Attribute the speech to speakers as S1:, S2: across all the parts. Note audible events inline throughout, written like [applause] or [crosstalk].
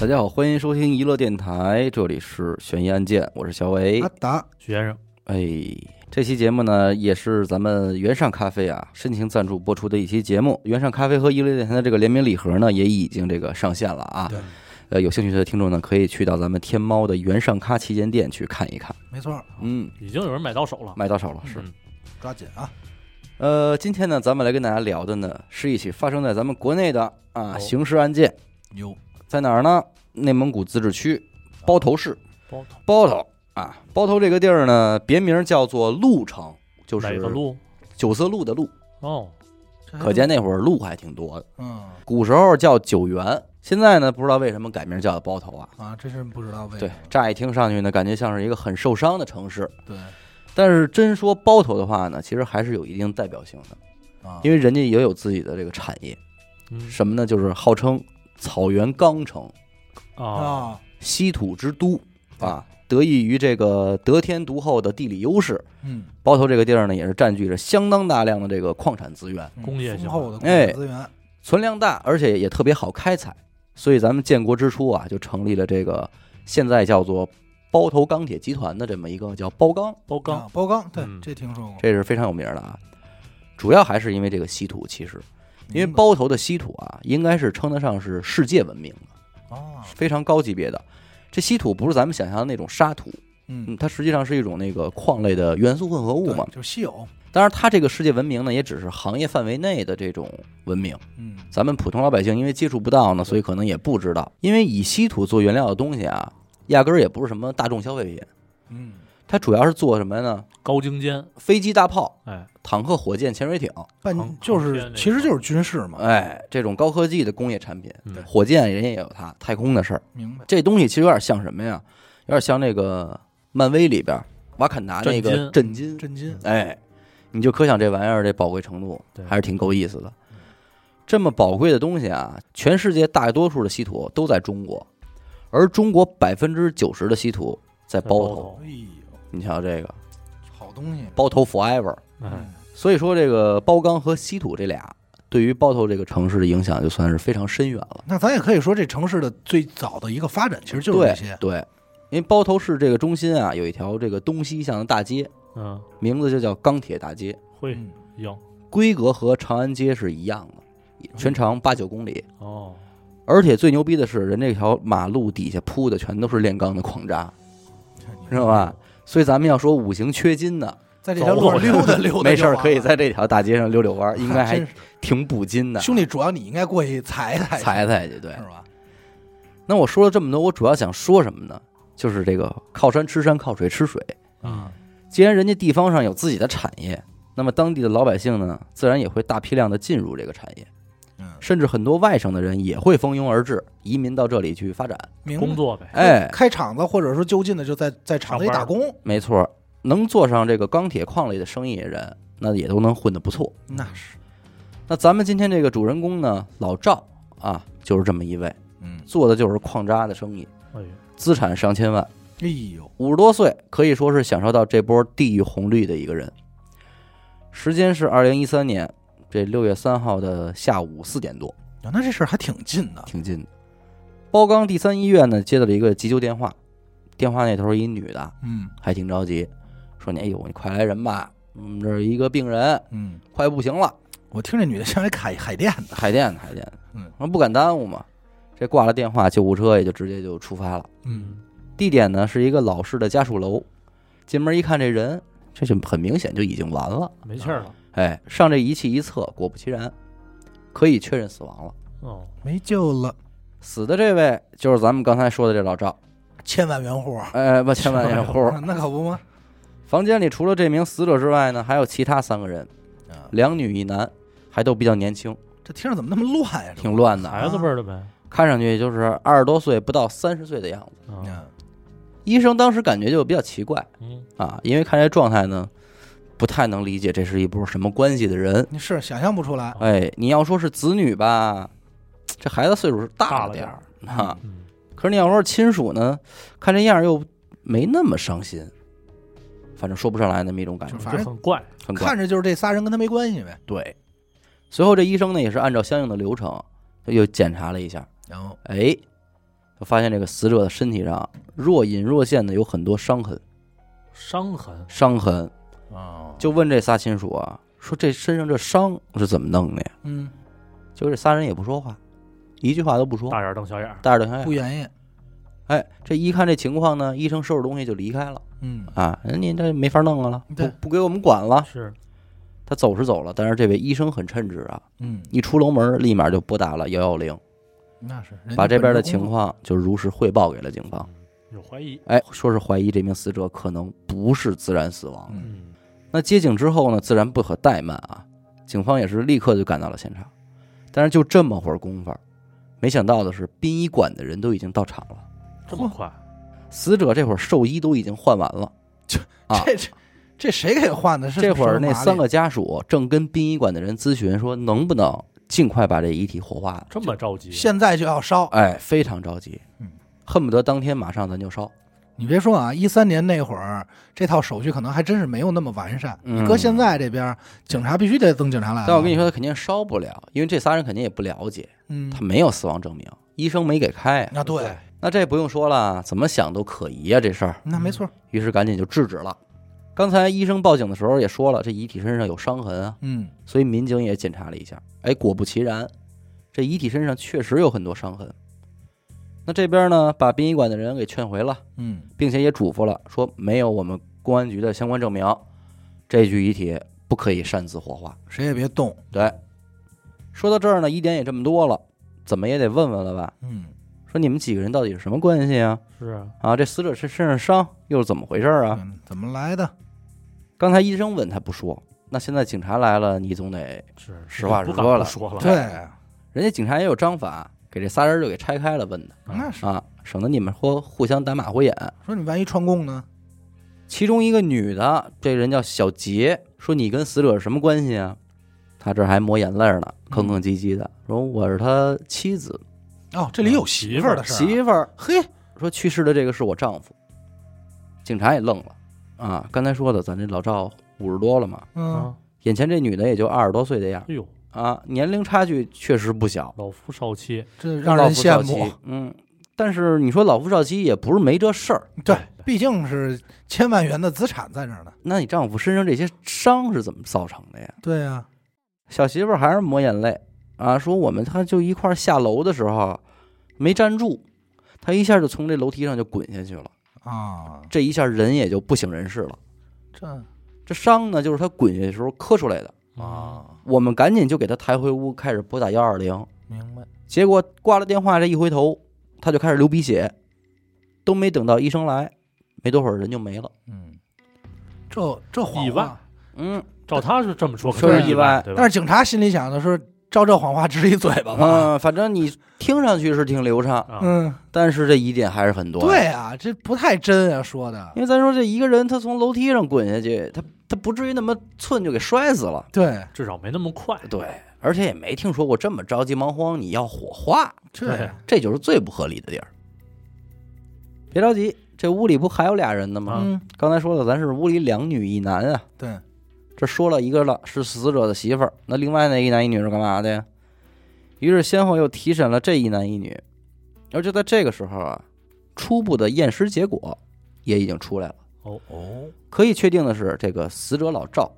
S1: 大家好，欢迎收听娱乐电台，这里是悬疑案件，我是小伟
S2: 阿。达，
S3: 许先生，
S1: 哎，这期节目呢，也是咱们原上咖啡啊深情赞助播出的一期节目。原上咖啡和娱乐电台的这个联名礼盒呢，也已经这个上线了啊。
S2: 对，
S1: 呃，有兴趣的听众呢，可以去到咱们天猫的原上咖旗舰店去看一看。
S2: 没错，
S1: 嗯，
S3: 已经有人买到手了，
S1: 买到手了，是。
S3: 嗯
S2: 抓紧啊！
S1: 呃，今天呢，咱们来跟大家聊的呢，是一起发生在咱们国内的啊
S3: 哦
S1: 刑事案件，
S2: 有
S1: 在哪儿呢？内蒙古自治区包头市。
S3: 啊包头
S1: 包头啊，包头这个地儿呢，别名叫做鹿城，就
S3: 哪
S1: 是
S3: 个路？
S1: 九色鹿的鹿。
S3: 哦，
S1: 可见，那会儿鹿还挺多的，
S2: 嗯
S1: 古时候叫九原，现在呢不知道为什么改名叫包头啊。
S2: 啊，真是不知道为什
S1: 对
S2: 么，
S1: 乍一听上去呢，感觉像是一个很受伤的城市，
S2: 对
S1: 但是真说包头的话呢，其实还是有一定代表性的，
S2: 啊，
S1: 因
S2: 为
S1: 为人家也有自己的这个产业，
S3: 嗯
S1: 什么呢？就是号称草原钢城、
S3: 啊，
S2: 啊，
S1: 稀土之都啊，得益于这个得天独厚的地理优势，
S2: 嗯，
S1: 包头这个地儿呢，也是占据着相当大量的这个矿产资源，
S2: 嗯
S3: 工业性
S2: 丰厚的工
S1: 哎
S2: 业资源，啊
S1: 存量大，而且也特别好开采。所以咱们建国之初啊，就成立了这个现在叫做包头钢铁集团的这么一个叫包钢，
S3: 包钢
S2: 啊，包钢，对，
S3: 嗯
S2: 这听说过，
S1: 这是非常有名的啊。主要还是因为这个稀土，其实因为包头的稀土啊，应该是称得上是世界闻名的，
S2: 啊，
S1: 非常高级别的。这稀土不是咱们想象的那种沙土，嗯，
S2: 嗯，
S1: 它实际上是一种那个矿类的元素混合物
S2: 对
S1: 嘛。
S2: 就稀有，
S1: 当然，它这个世界文明呢，也只是行业范围内的这种文明。
S2: 嗯，
S1: 咱们普通老百姓因为接触不到呢，所以可能也不知道。因为以稀土做原料的东西啊，压根儿也不是什么大众消费品，
S2: 嗯，
S1: 它主要是做什么呢？
S3: 高精尖，
S1: 飞机、大炮、
S3: 哎，
S1: 坦克、火箭、潜水艇，
S2: 半
S3: 航
S2: 就
S3: 航
S2: 是
S3: 天那
S2: 其实
S3: 个
S2: 就是军事嘛，
S1: 哎，这种高科技的工业产品。
S3: 嗯
S1: 火箭人家也有它，太空的事儿。
S2: 明白，
S1: 这东西其实有点像什么呀？有点像那个漫威里边瓦坎达那个震惊，
S2: 真金，
S1: 哎，你就可想这玩意儿这宝贵程度，
S3: 对
S1: 还是挺够意思的。这么宝贵的东西啊，全世界大多数的稀土都在中国，而中国百分之九十的稀土在
S3: 在
S1: 包
S3: 包
S1: 头。
S3: 头
S2: 哎呦，
S1: 你瞧这个
S2: 好东西，
S1: 包头 forever，
S3: 哎，
S2: 嗯
S1: 所以说这个包钢和稀土这俩对于包头这个城市的影响就算是非常深远了。
S2: 那咱也可以说，这城市的最早的一个发展，其实就是这
S1: 对
S2: 些，
S1: 对，因为包头市这个中心啊，有一条这个东西向的大街，
S3: 嗯，
S1: 名字就叫钢铁大街，
S3: 会
S2: 嗯，
S3: 硬
S1: 规格和长安街是一样的，全长八九公里。
S3: 哦，
S1: 而且最牛逼的是，人这条马路底下铺的全都是炼钢的矿渣，知道吧？所以咱们要说五行缺金呢，
S2: 在这条路
S3: 走
S2: 上
S3: 路
S2: 溜达溜达就完
S1: [laughs]
S2: 了，
S1: 没事儿可以在这条大街上溜溜弯儿，应该
S2: 真 [laughs]
S1: 还
S2: 是
S1: 挺补金的。
S2: 兄弟，主要你应该过去踩踩去
S1: 踩踩去，对
S2: 是。吧？
S1: 那我说了这么多，我主要想说什么呢？就是这个靠山吃山，靠水吃水。
S3: 嗯，
S1: 既然人家地方上有自己的产业，那么当地的老百姓呢，自然也会大批量的进入这个产业，
S2: 嗯，
S1: 甚至很多外省的人也会蜂拥而至，移民到这里去发展。
S2: 明白
S3: 工作呗，
S1: 哎，
S2: 开厂子或者说就近的就在在厂子里
S3: 上班
S2: 打工，
S1: 没错，能做上这个钢铁矿类的生意人，那也都能混得不错。
S3: 嗯
S2: 那是，
S1: 那咱们今天这个主人公呢，老赵啊，就是这么一位，
S2: 嗯，
S1: 做的就是矿渣的生意，
S3: 哎呦，
S1: 资产上千万，
S2: 哎呦，
S1: 五十多岁，可以说是享受到这波地域红利的一个人。时间是二零一三年这六月三号的下午四点多，
S2: 啊那这事儿还挺近的，
S1: 挺近的。包钢第三医院呢接到了一个急救电话，电话那头一女的
S2: 嗯
S1: 还挺着急，说你哎呦你快来人吧，我们这儿一个病人
S2: 嗯，
S1: 快不行了。
S2: 我听这女的像一海海淀的，
S1: 海淀的海淀的，
S2: 嗯，
S1: 那不敢耽误嘛。这挂了电话，救护车也就直接就出发了。
S2: 嗯，
S1: 地点呢是一个老式的家属楼，进门一看这人，这就很明显就已经完了。
S3: 没气儿了，
S1: 哎，上这仪器一测，果不其然，可以确认死亡了。
S3: 哦，
S2: 没救了，
S1: 死的这位就是咱们刚才说的这老赵，
S2: 千万元户，
S1: 哎，不，千万掩
S2: [laughs]
S1: 护。
S2: 那可不吗？
S1: 房间里除了这名死者之外呢，还有其他三个人，
S2: 啊，
S1: 两女一男，还都比较年轻，
S2: 这听着怎么那么乱呀？这
S1: 挺乱的，
S3: 孩
S2: 啊
S3: 子辈儿的呗，
S1: 看上去就是二十多岁不到三十岁的样子。
S3: 嗯
S2: 啊，
S1: 医生当时感觉就比较奇怪，
S3: 嗯，
S1: 啊，因为看这状态呢，不太能理解这是一波什么关系的人。
S2: 你是想象不出
S3: 哦
S2: 来，
S1: 哎，你要说是子女吧，这孩子岁数是大
S3: 大
S1: 了
S3: 了
S1: 点
S3: 点
S1: 儿
S3: 儿
S1: 啊，
S3: 嗯
S1: 可是你要说是亲属呢，看这样儿又没那么伤心，反正说不上来那么一种感觉
S2: 就，反
S3: 这
S2: 正
S3: 很怪，
S1: 很怪。
S2: 看着就是这仨人跟他没关系呗。
S1: 对，
S3: 哦
S1: 随后这医生呢也是按照相应的流程又检查了一下，
S2: 然后
S1: 哎，就发现这个死者的身体上若隐若现的有很多伤痕，
S3: 伤痕
S1: 伤痕。
S4: 啊，
S1: 就问这仨亲属啊，说这身上这伤是怎么弄的呀？
S2: 嗯，
S1: 结果这仨人也不说话，一句话都不说，
S3: 大眼瞪小眼儿，
S1: 大着瞪小眼
S2: 不。言语，
S1: 哎，这一看这情况呢，医生收拾东西就离开了
S2: 嗯，
S1: 啊，人家这没法弄了，不
S2: 对
S1: 不给我们管了。
S3: 是
S1: 他走是走了，但是这位医生很称职啊，
S2: 嗯，
S1: 一出楼门立马就拨打了幺幺零，
S4: 那是
S2: 人家
S1: 把这边的
S2: 本职
S1: 情
S2: 工作，
S1: 况就如实汇报给了警方。
S3: 嗯有怀疑，
S1: 哎，说是怀疑这名死者可能不是自然死亡。
S4: 嗯
S3: 嗯，
S1: 那接警之后呢，自然不可怠慢啊，警方也是立刻就赶到了现场。但是就这么会儿功夫儿，没想到的是，殡仪馆的人都已经到场了，
S3: 这么快，
S1: 死者这会儿寿衣都已经换完了。啊
S2: 这这这谁给换的？是
S1: 这会儿那三
S2: 是
S1: 个家属正跟殡仪馆的人咨询说，能不能尽快把这遗体火化了？
S3: 这么着急，
S2: 现在就要烧。
S1: 哎，非常着急
S4: 嗯，
S1: 恨不得当天马上咱就烧。
S2: 你别说啊，一三年那会儿，这套手续可能还真是没有那么完善。
S1: 嗯
S2: 你搁现在这边，警察必须得等警察来了。
S1: 但我跟你说，他肯定烧不了，因为这仨人肯定也不了解，
S2: 嗯，
S1: 他没有死亡证明，医生没给开。
S2: 那对，
S1: 那这不用说了，怎么想都可疑啊，这事儿。
S2: 那没错。
S1: 于是赶紧就制止了。刚才医生报警的时候也说了，这遗体身上有伤痕啊，
S2: 嗯，
S1: 所以民警也检查了一下，哎，果不其然，这遗体身上确实有很多伤痕。那这边呢，把殡仪馆的人给劝回了，
S2: 嗯，
S1: 并且也嘱咐了，说没有我们公安局的相关证明，这具遗体不可以擅自火化。
S2: 谁也别动。
S1: 对，说到这儿呢，疑点也这么多了，怎么也得问问了吧？
S2: 嗯，
S1: 说你们几个人到底是什么关系啊？
S3: 是啊
S1: 啊，这死者身身上伤又是怎么回事啊？
S2: 嗯怎么来的？
S1: 刚才医生问他不说，那现在警察来了，你总得
S3: 是
S1: 实话实
S3: 不敢
S1: 说
S3: 不
S1: 了
S3: 说了，
S2: 对，
S1: 人家警察也有章法，给这仨人就给拆开了问的
S2: 那是
S1: 啊，省得你们说互相打马虎眼。
S2: 说你万一串供呢？
S1: 其中一个女的，这人叫小杰，说你跟死者什么关系啊？他这还抹眼泪呢，
S2: 嗯
S1: 吭吭唧唧的说我是他妻子、
S2: 哦，这里有媳妇儿的事儿啊。
S1: 媳妇儿，
S2: 嘿，
S1: 说去世的这个是我丈夫。警察也愣了啊，刚才说的咱这老赵五十多了嘛，
S2: 嗯，
S3: 啊，
S1: 眼前这女的也就二十多岁的样
S3: 哎呦，
S1: 儿啊，年龄差距确实不小。
S3: 老夫少妻，
S2: 这让人羡慕。。
S1: 嗯，但是你说老夫少妻也不是没这事儿，
S2: 对，
S3: 哎
S2: 毕竟是千万元的资产在那儿呢。
S1: 那你丈夫身上这些伤是怎么造成的呀？
S2: 对啊呀，
S1: 小媳妇儿还是抹眼泪啊，说我们他就一块儿下楼的时候没站住，他一下就从这楼梯上就滚下去了，
S2: 啊，
S1: 这一下人也就不省人事了。
S2: 这
S1: 这伤呢，就是他滚下去的时候磕出来的。
S4: 啊，
S1: 我们赶紧就给他抬回屋，开始拨打幺二零。
S4: 明白，
S1: 结果挂了电话，这一回头，他就开始流鼻血，都没等到医生来，没多会儿人就没了。
S4: 嗯，
S2: 这这谎
S3: 意
S2: 话
S3: 外。
S1: 嗯，
S3: 照他是这么说，
S1: 说
S2: 是
S3: 可能
S1: 意外
S3: 外，对
S2: 但
S3: 吧？
S2: 是警察心里想的是，照这谎话只是一嘴巴嘛。
S1: 嗯，反正你听上去是挺流畅，
S3: 啊，
S2: 嗯，
S1: 但是这疑点还是很多。，
S2: 对啊，这不太真啊，说的。
S1: 因为咱说这一个人他从楼梯上滚下去，他他不至于那么寸就给摔死了。
S2: 对，
S3: 至少没那么快，
S1: 对，而且也没听说过这么着急忙慌你要火化，
S2: 这
S1: 这就是最不合理的地儿。别着急，这屋里不还有俩人呢吗？
S2: 嗯，
S1: 刚才说了，咱是屋里两女一男啊。
S2: 对，
S1: 这说了一个了，是死者的媳妇儿，那另外那一男一女是干嘛的呀？于是先后又提审了这一男一女，而就在这个时候啊，初步的验尸结果也已经出来了。
S4: 哦，
S1: 可以确定的是，这个死者老赵，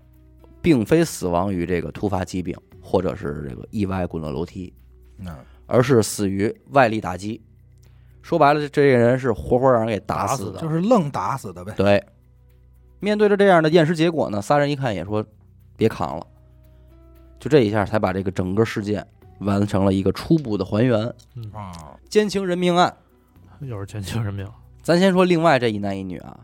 S1: 并非死亡于这个突发疾病或者是这个意外滚落楼梯，
S4: 那
S1: 而是死于外力打击。说白了，这这个人是活活让人给打死的。
S2: 就是愣打死的呗。
S1: 对，面对着这样的验尸结果呢，仨人一看也说别扛了，就这一下才把这个整个事件完成了一个初步的还原。
S3: 嗯，
S4: 啊，
S1: 奸情人命案，
S3: 又是全球人命，
S1: 咱先说另外这一男一女啊，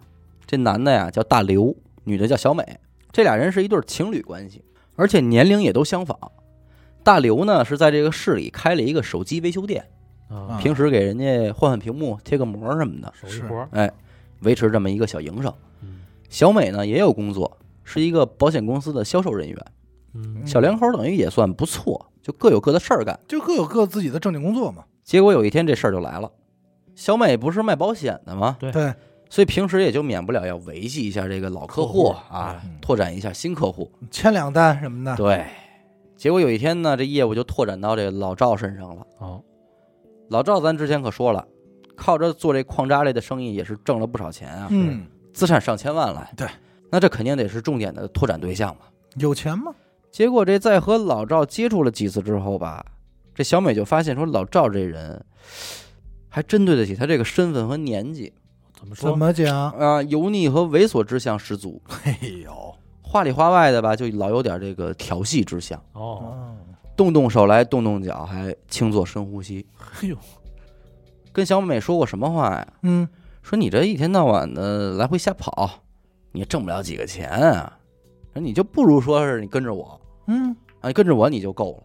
S1: 这男的呀叫大刘，女的叫小美，这俩人是一对情侣关系，而且年龄也都相仿。大刘呢是在这个市里开了一个手机维修店，
S3: 啊，
S1: 平时给人家换换屏幕、贴个膜什么的，
S3: 手艺活儿，
S1: 哎，维持这么一个小营生。
S3: 嗯
S1: 小美呢也有工作，是一个保险公司的销售人员。
S3: 嗯，
S1: 小两口等于也算不错，就各有各的事儿干。
S2: 就各有各自己的正经工作嘛。
S1: 结果有一天这事儿就来了，小美不是卖保险的吗？
S3: 对
S2: 对，
S1: 所以平时也就免不了要维系一下这个老客户啊，
S4: 嗯
S1: 拓展一下新客户。
S2: 签两单什么的。
S1: 对，结果有一天呢，这业务就拓展到这个老赵身上了。
S3: 哦，
S1: 老赵咱之前可说了，靠着做这矿渣类的生意也是挣了不少钱啊，
S2: 嗯，
S1: 资产上千万来。
S2: 对，
S1: 那这肯定得是重点的拓展对象嘛。
S2: 有钱吗？
S1: 结果这在和老赵接触了几次之后吧，这小美就发现说老赵这人还真对得起他这个身份和年纪
S3: 怎么
S2: 怎
S3: 说？
S2: 么讲？
S1: 啊、油腻和猥琐之相十足，
S2: 嘿呦，
S1: 话里话外的吧，就老有点这个调戏之相，
S3: 哦，
S4: 哦，
S1: 动动手来，动动脚，还轻做深呼吸。
S3: 哎呦，
S1: 跟小美说过什么话呀？
S2: 嗯，
S1: 说你这一天到晚的来回瞎跑，你也挣不了几个钱啊。说你就不如说是你跟着我
S2: 嗯，
S1: 啊，你跟着我你就够了，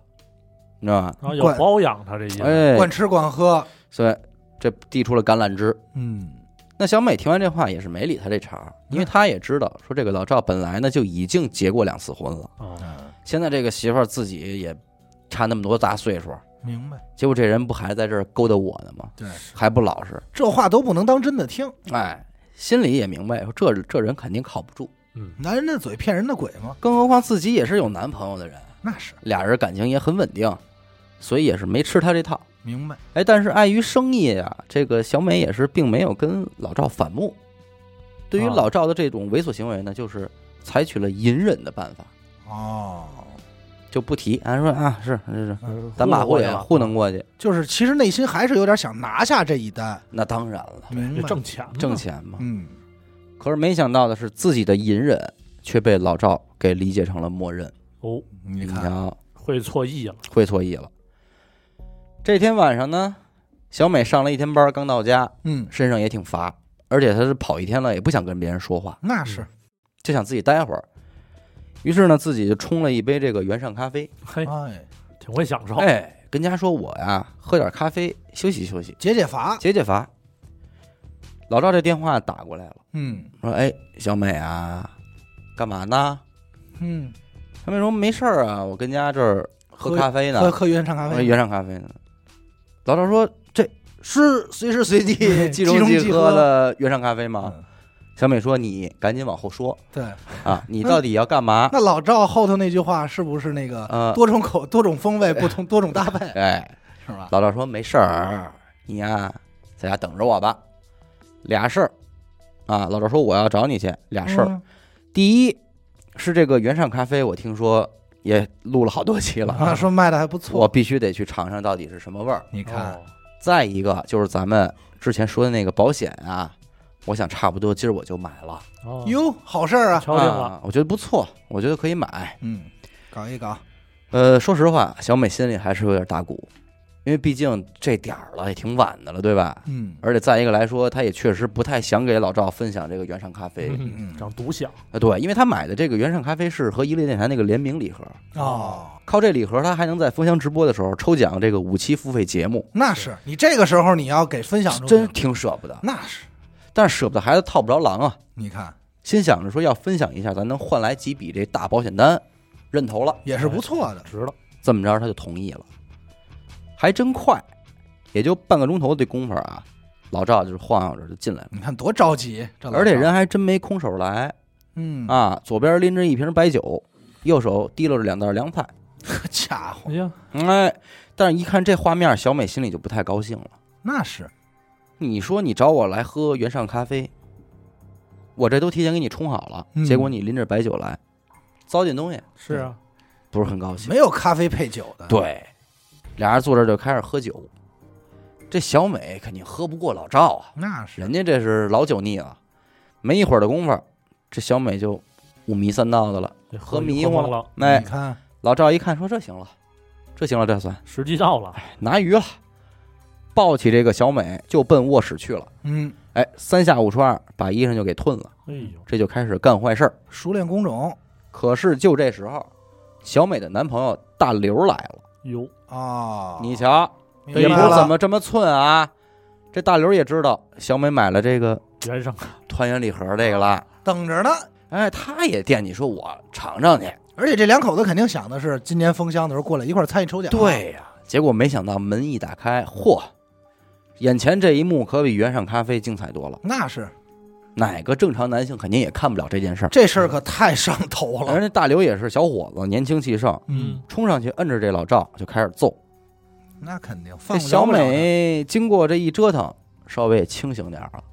S1: 你知道吧？
S3: 然后有
S2: 惯
S3: 包养他这意思，
S1: 哎，
S2: 管吃管喝，
S1: 所以这递出了橄榄枝。
S2: 嗯，
S1: 那小美听完这话也是没理他这茬儿，因为她也知道说这个老赵本来呢就已经结过两次婚了，
S3: 哦，
S4: 嗯
S1: 现在这个媳妇儿自己也差那么多大岁数，
S2: 明白。
S1: 结果这人不还在这儿勾搭我呢吗？
S2: 对，
S1: 还不老实，
S2: 这话都不能当真的听，
S1: 哎，心里也明白说这这人肯定靠不住，
S3: 嗯，
S2: 男人的嘴骗人的鬼嘛。
S1: 更何况自己也是有男朋友的人，
S2: 那是
S1: 俩人感情也很稳定，所以也是没吃他这套。
S2: 明白。
S1: 哎，但是碍于生意啊，这个小美也是并没有跟老赵反目。对于
S3: 啊
S1: 老赵的这种猥琐行为呢，就是采取了隐忍的办法，
S2: 哦，
S1: 就不提，俺说啊是是是，
S3: 嗯
S1: 咱把
S3: 过
S1: 过
S3: 去
S1: 去
S3: 了，
S1: 糊弄过去，
S2: 就是其实内心还是有点想拿下这一单，
S1: 那当然了，
S2: 明
S3: 也
S2: 白？
S3: 挣钱嘛
S1: 挣，钱嘛。
S2: 嗯，
S1: 可是没想到的是，自己的隐忍却被老赵给理解成了默认，
S3: 哦，
S2: 你
S1: 你
S2: 看，
S1: 瞧，
S3: 会错意了，
S1: 会错意了。这天晚上呢，小美上了一天班，刚到家，
S2: 嗯，
S1: 身上也挺乏，而且她是跑一天了，也不想跟别人说话，
S2: 那是
S1: 就想自己待会儿。于是呢，自己就冲了一杯这个原上咖啡，
S3: 嘿，
S2: 哎，
S3: 挺会享受，
S1: 哎，跟家说我呀，喝点咖啡休息休息，
S2: 解解乏。
S1: 解解乏。老赵这电话打过来了，
S2: 嗯
S1: 说：“哎，小美啊，干嘛呢
S2: 嗯，？”
S1: 小美说：“没事儿啊，我跟家这儿喝
S2: 喝
S1: 咖啡呢，
S2: 喝喝原唱咖
S1: 喝
S2: 啡，
S1: 原上咖啡呢。”老赵说：“这是随时随地即溶即喝的原上咖啡吗？”
S4: 嗯
S1: 小美说：“你赶紧往后说
S2: 对。
S1: 啊，你到底要干嘛
S2: 那老赵后头那句话是不是那个
S1: 呃
S2: 多种口、多种风味、不同
S1: [laughs]
S2: 多种搭？”配，
S1: 哎，
S2: 是
S1: [laughs]
S2: 吧？
S1: 老赵说：“没事儿，你呀、在家等着我吧。俩事儿啊，老赵说我要找你去，俩事儿。
S2: 嗯
S1: 第一是这个原上咖啡，我听说也录了好多期了，
S2: 啊，说卖的还不
S1: 我
S2: 错。
S1: 必须得去尝尝到底是什么味儿。
S4: 你
S3: 你
S4: 看，，
S1: 再一个就是咱们之前说的那个保险啊，我想差不多今儿我就买了，
S3: 哦，
S2: 哟，好事儿啊！
S3: 敲定了，
S1: 啊，我觉得不错，我觉得可以买。
S2: 嗯，搞一搞，
S1: 呃，说实话，小美心里还是有点打鼓，因为毕竟这点儿了，也挺晚的了，对吧？
S2: 嗯
S1: 而且再一个来说，她也确实不太想给老赵分享这个原上咖啡，
S3: 嗯长独享，
S1: 啊，对，因为她买的这个原上咖啡是和一列电台那个联名礼盒，
S2: 哦，
S1: 靠这礼盒，她还能在封箱直播的时候抽奖这个五期付费节目，
S2: 那是你这个时候你要给分享出去，
S1: 真挺舍不得。
S2: 那是
S1: 但是舍不得孩子套不着狼啊，
S2: 你看
S1: 心想着说要分享一下，咱能换来几笔这大保险单，认投了。
S2: 也是不错的。
S3: 值了，
S1: 这么着，她就同意了，还真快，也就半个钟头的功夫啊，老赵就是晃悠着就进来了，
S2: 你看多着急，这老赵
S1: 而且人还真没空手来。
S2: 嗯，
S1: 啊，左边拎着一瓶白酒，右手提溜着两袋凉菜。
S2: 好家伙
S3: 哎，呀，
S1: 嗯哎，但是一看这画面，小美心里就不太高兴了。
S2: 那是
S1: 你说你找我来喝原上咖啡，我这都提前给你冲好了，
S2: 嗯
S1: 结果你拎着白酒来，糟践东西，
S3: 是啊，
S1: 不是很高兴。
S2: 没有咖啡配酒的。，
S1: 对，俩人坐这儿就开始喝酒。这小美肯定喝不过老赵啊，
S2: 那是
S1: 人家这是老酒腻了。没一会儿的功夫，这小美就五迷三道的了。
S3: 这
S1: 喝迷糊
S3: 糊
S1: 了
S3: 了，
S1: 哎
S2: 你，看
S1: 老赵一看说：“这行了，这行了，这算
S3: 时机到了，
S1: 拿鱼了。”抱起这个小美就奔卧室去了。
S2: 嗯，
S1: 哎，三下五除二把衣裳就给褪了，
S3: 哎呦，
S1: 这就开始干坏事儿。
S2: 熟练工种
S1: 可是就这时候，小美的男朋友大刘来了。
S3: 哟，
S2: 哦，
S1: 你瞧，这也
S2: 明
S1: 不
S2: 白
S1: 是
S2: 了
S1: 怎么这么寸啊！这大刘也知道小美买了这个
S3: 原上
S1: 团圆礼盒这个
S2: 哦
S1: 了，
S2: 等着呢。
S1: 哎，他也惦记说我尝尝去。
S2: 而且这两口子肯定想的是，今年封箱的时候过来一块儿参与抽奖。，啊
S1: 呀、哎结果没想到门一打开，嚯！眼前这一幕可比原上咖啡精彩多了。
S2: 那是
S1: 哪个正常男性肯定也看不了这件事儿。
S2: 这事儿可太上头
S1: 人
S2: 了。
S1: 家大刘也是小伙子，年轻气盛，
S3: 嗯，
S1: 冲上去摁着这老赵就开始揍。
S2: 那肯定
S1: 这
S2: 放不
S1: 小
S2: 了了的。
S1: 美经过这一折腾，稍微也清醒点儿了，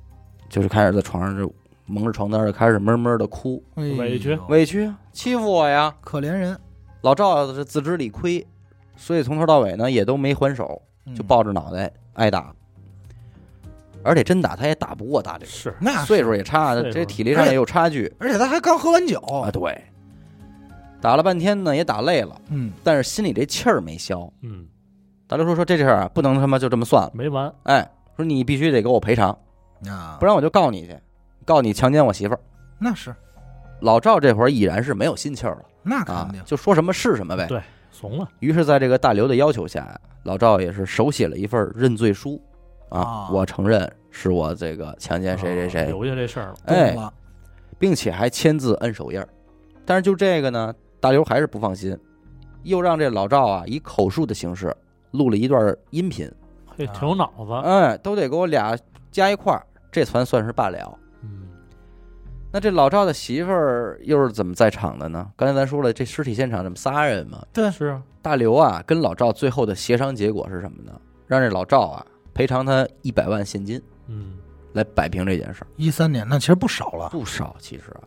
S1: 就是开始在床上就蒙着床单儿就开始闷闷的哭，
S2: 哎
S3: 委屈
S4: 哦
S1: 委屈啊欺负我呀。
S2: 可怜人，
S1: 老赵是自知理亏，所以从头到尾呢也都没还手，
S2: 嗯
S1: 就抱着脑袋挨打，而且真打他也打不过大这
S3: 是
S2: 那
S1: 个，
S2: 是哎
S1: 岁数也差，
S3: 岁数
S1: 这体力上也有差距
S2: 而且他还刚喝完酒，
S1: 啊。对，打了半天呢也打累了，
S2: 嗯，
S1: 但是心里这气儿没消。
S3: 嗯，
S1: 大刘说说这事儿啊不能他妈就这么算了，
S3: 没完，
S1: 哎，说你必须得给我赔偿，
S2: 啊，
S1: 不然我就告你去，告你强奸我媳妇儿。
S2: 那是
S1: 老赵这会儿已然是没有心气儿了
S2: 那肯
S1: 啊
S2: 定，，
S1: 就说什么是什么呗。
S3: 对怂了，
S1: 于是，在这个大刘的要求下，老赵也是手写了一份认罪书，啊
S2: 啊，
S1: 我承认是我这个强奸谁谁
S3: 啊
S1: 谁，
S3: 留下这事儿了，
S1: 哎
S2: 懂，了，
S1: 并且还签字摁手印儿。但是就这个呢，大刘还是不放心，又让这老赵啊以口述的形式录了一段音频，
S3: 嘿，挺有脑子，
S1: 哎，都得给我俩加一块儿，这才算是罢了。
S3: 嗯，
S1: 那这老赵的媳妇儿又是怎么在场的呢？刚才咱说了，这尸体现场这么仨人嘛，
S3: 是啊，
S1: 大刘啊跟老赵最后的协商结果是什么呢？让这老赵啊赔偿他一百万现金
S3: 嗯，
S1: 来摆平这件事儿，
S2: 一三年那其实不少了，
S1: 不少其实啊。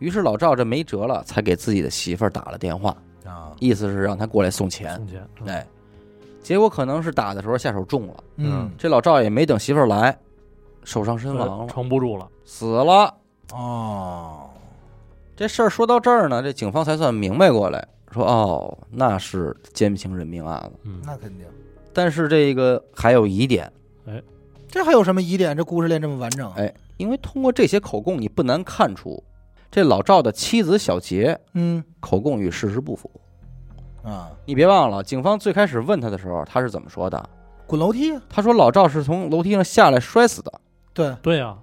S1: 于是老赵这没辙了，才给自己的媳妇儿打了电话，
S4: 啊，
S1: 意思是让他过来送钱。
S3: 送钱，嗯，
S1: 哎，结果可能是打的时候下手重了，
S2: 嗯，
S1: 这老赵也没等媳妇儿来，受伤身亡
S3: 呃
S1: 了，
S3: 撑不住了，
S1: 死了。
S2: 哦，
S1: 这事儿说到这儿呢，这警方才算明白过来，说哦，那是奸情人命案了。
S3: 嗯，
S2: 那肯定，
S1: 但是这个还有疑点，
S2: 这还有什么疑点？这故事链这么完整啊，
S1: 哎因为通过这些口供，你不难看出，这老赵的妻子小杰
S2: 嗯
S1: 口供与事实不符。
S2: 啊，
S1: 你别忘了，警方最开始问他的时候，他是怎么说的？
S2: 滚楼梯，啊
S1: 他说老赵是从楼梯上下来摔死的。
S2: 对，
S3: 对啊呀，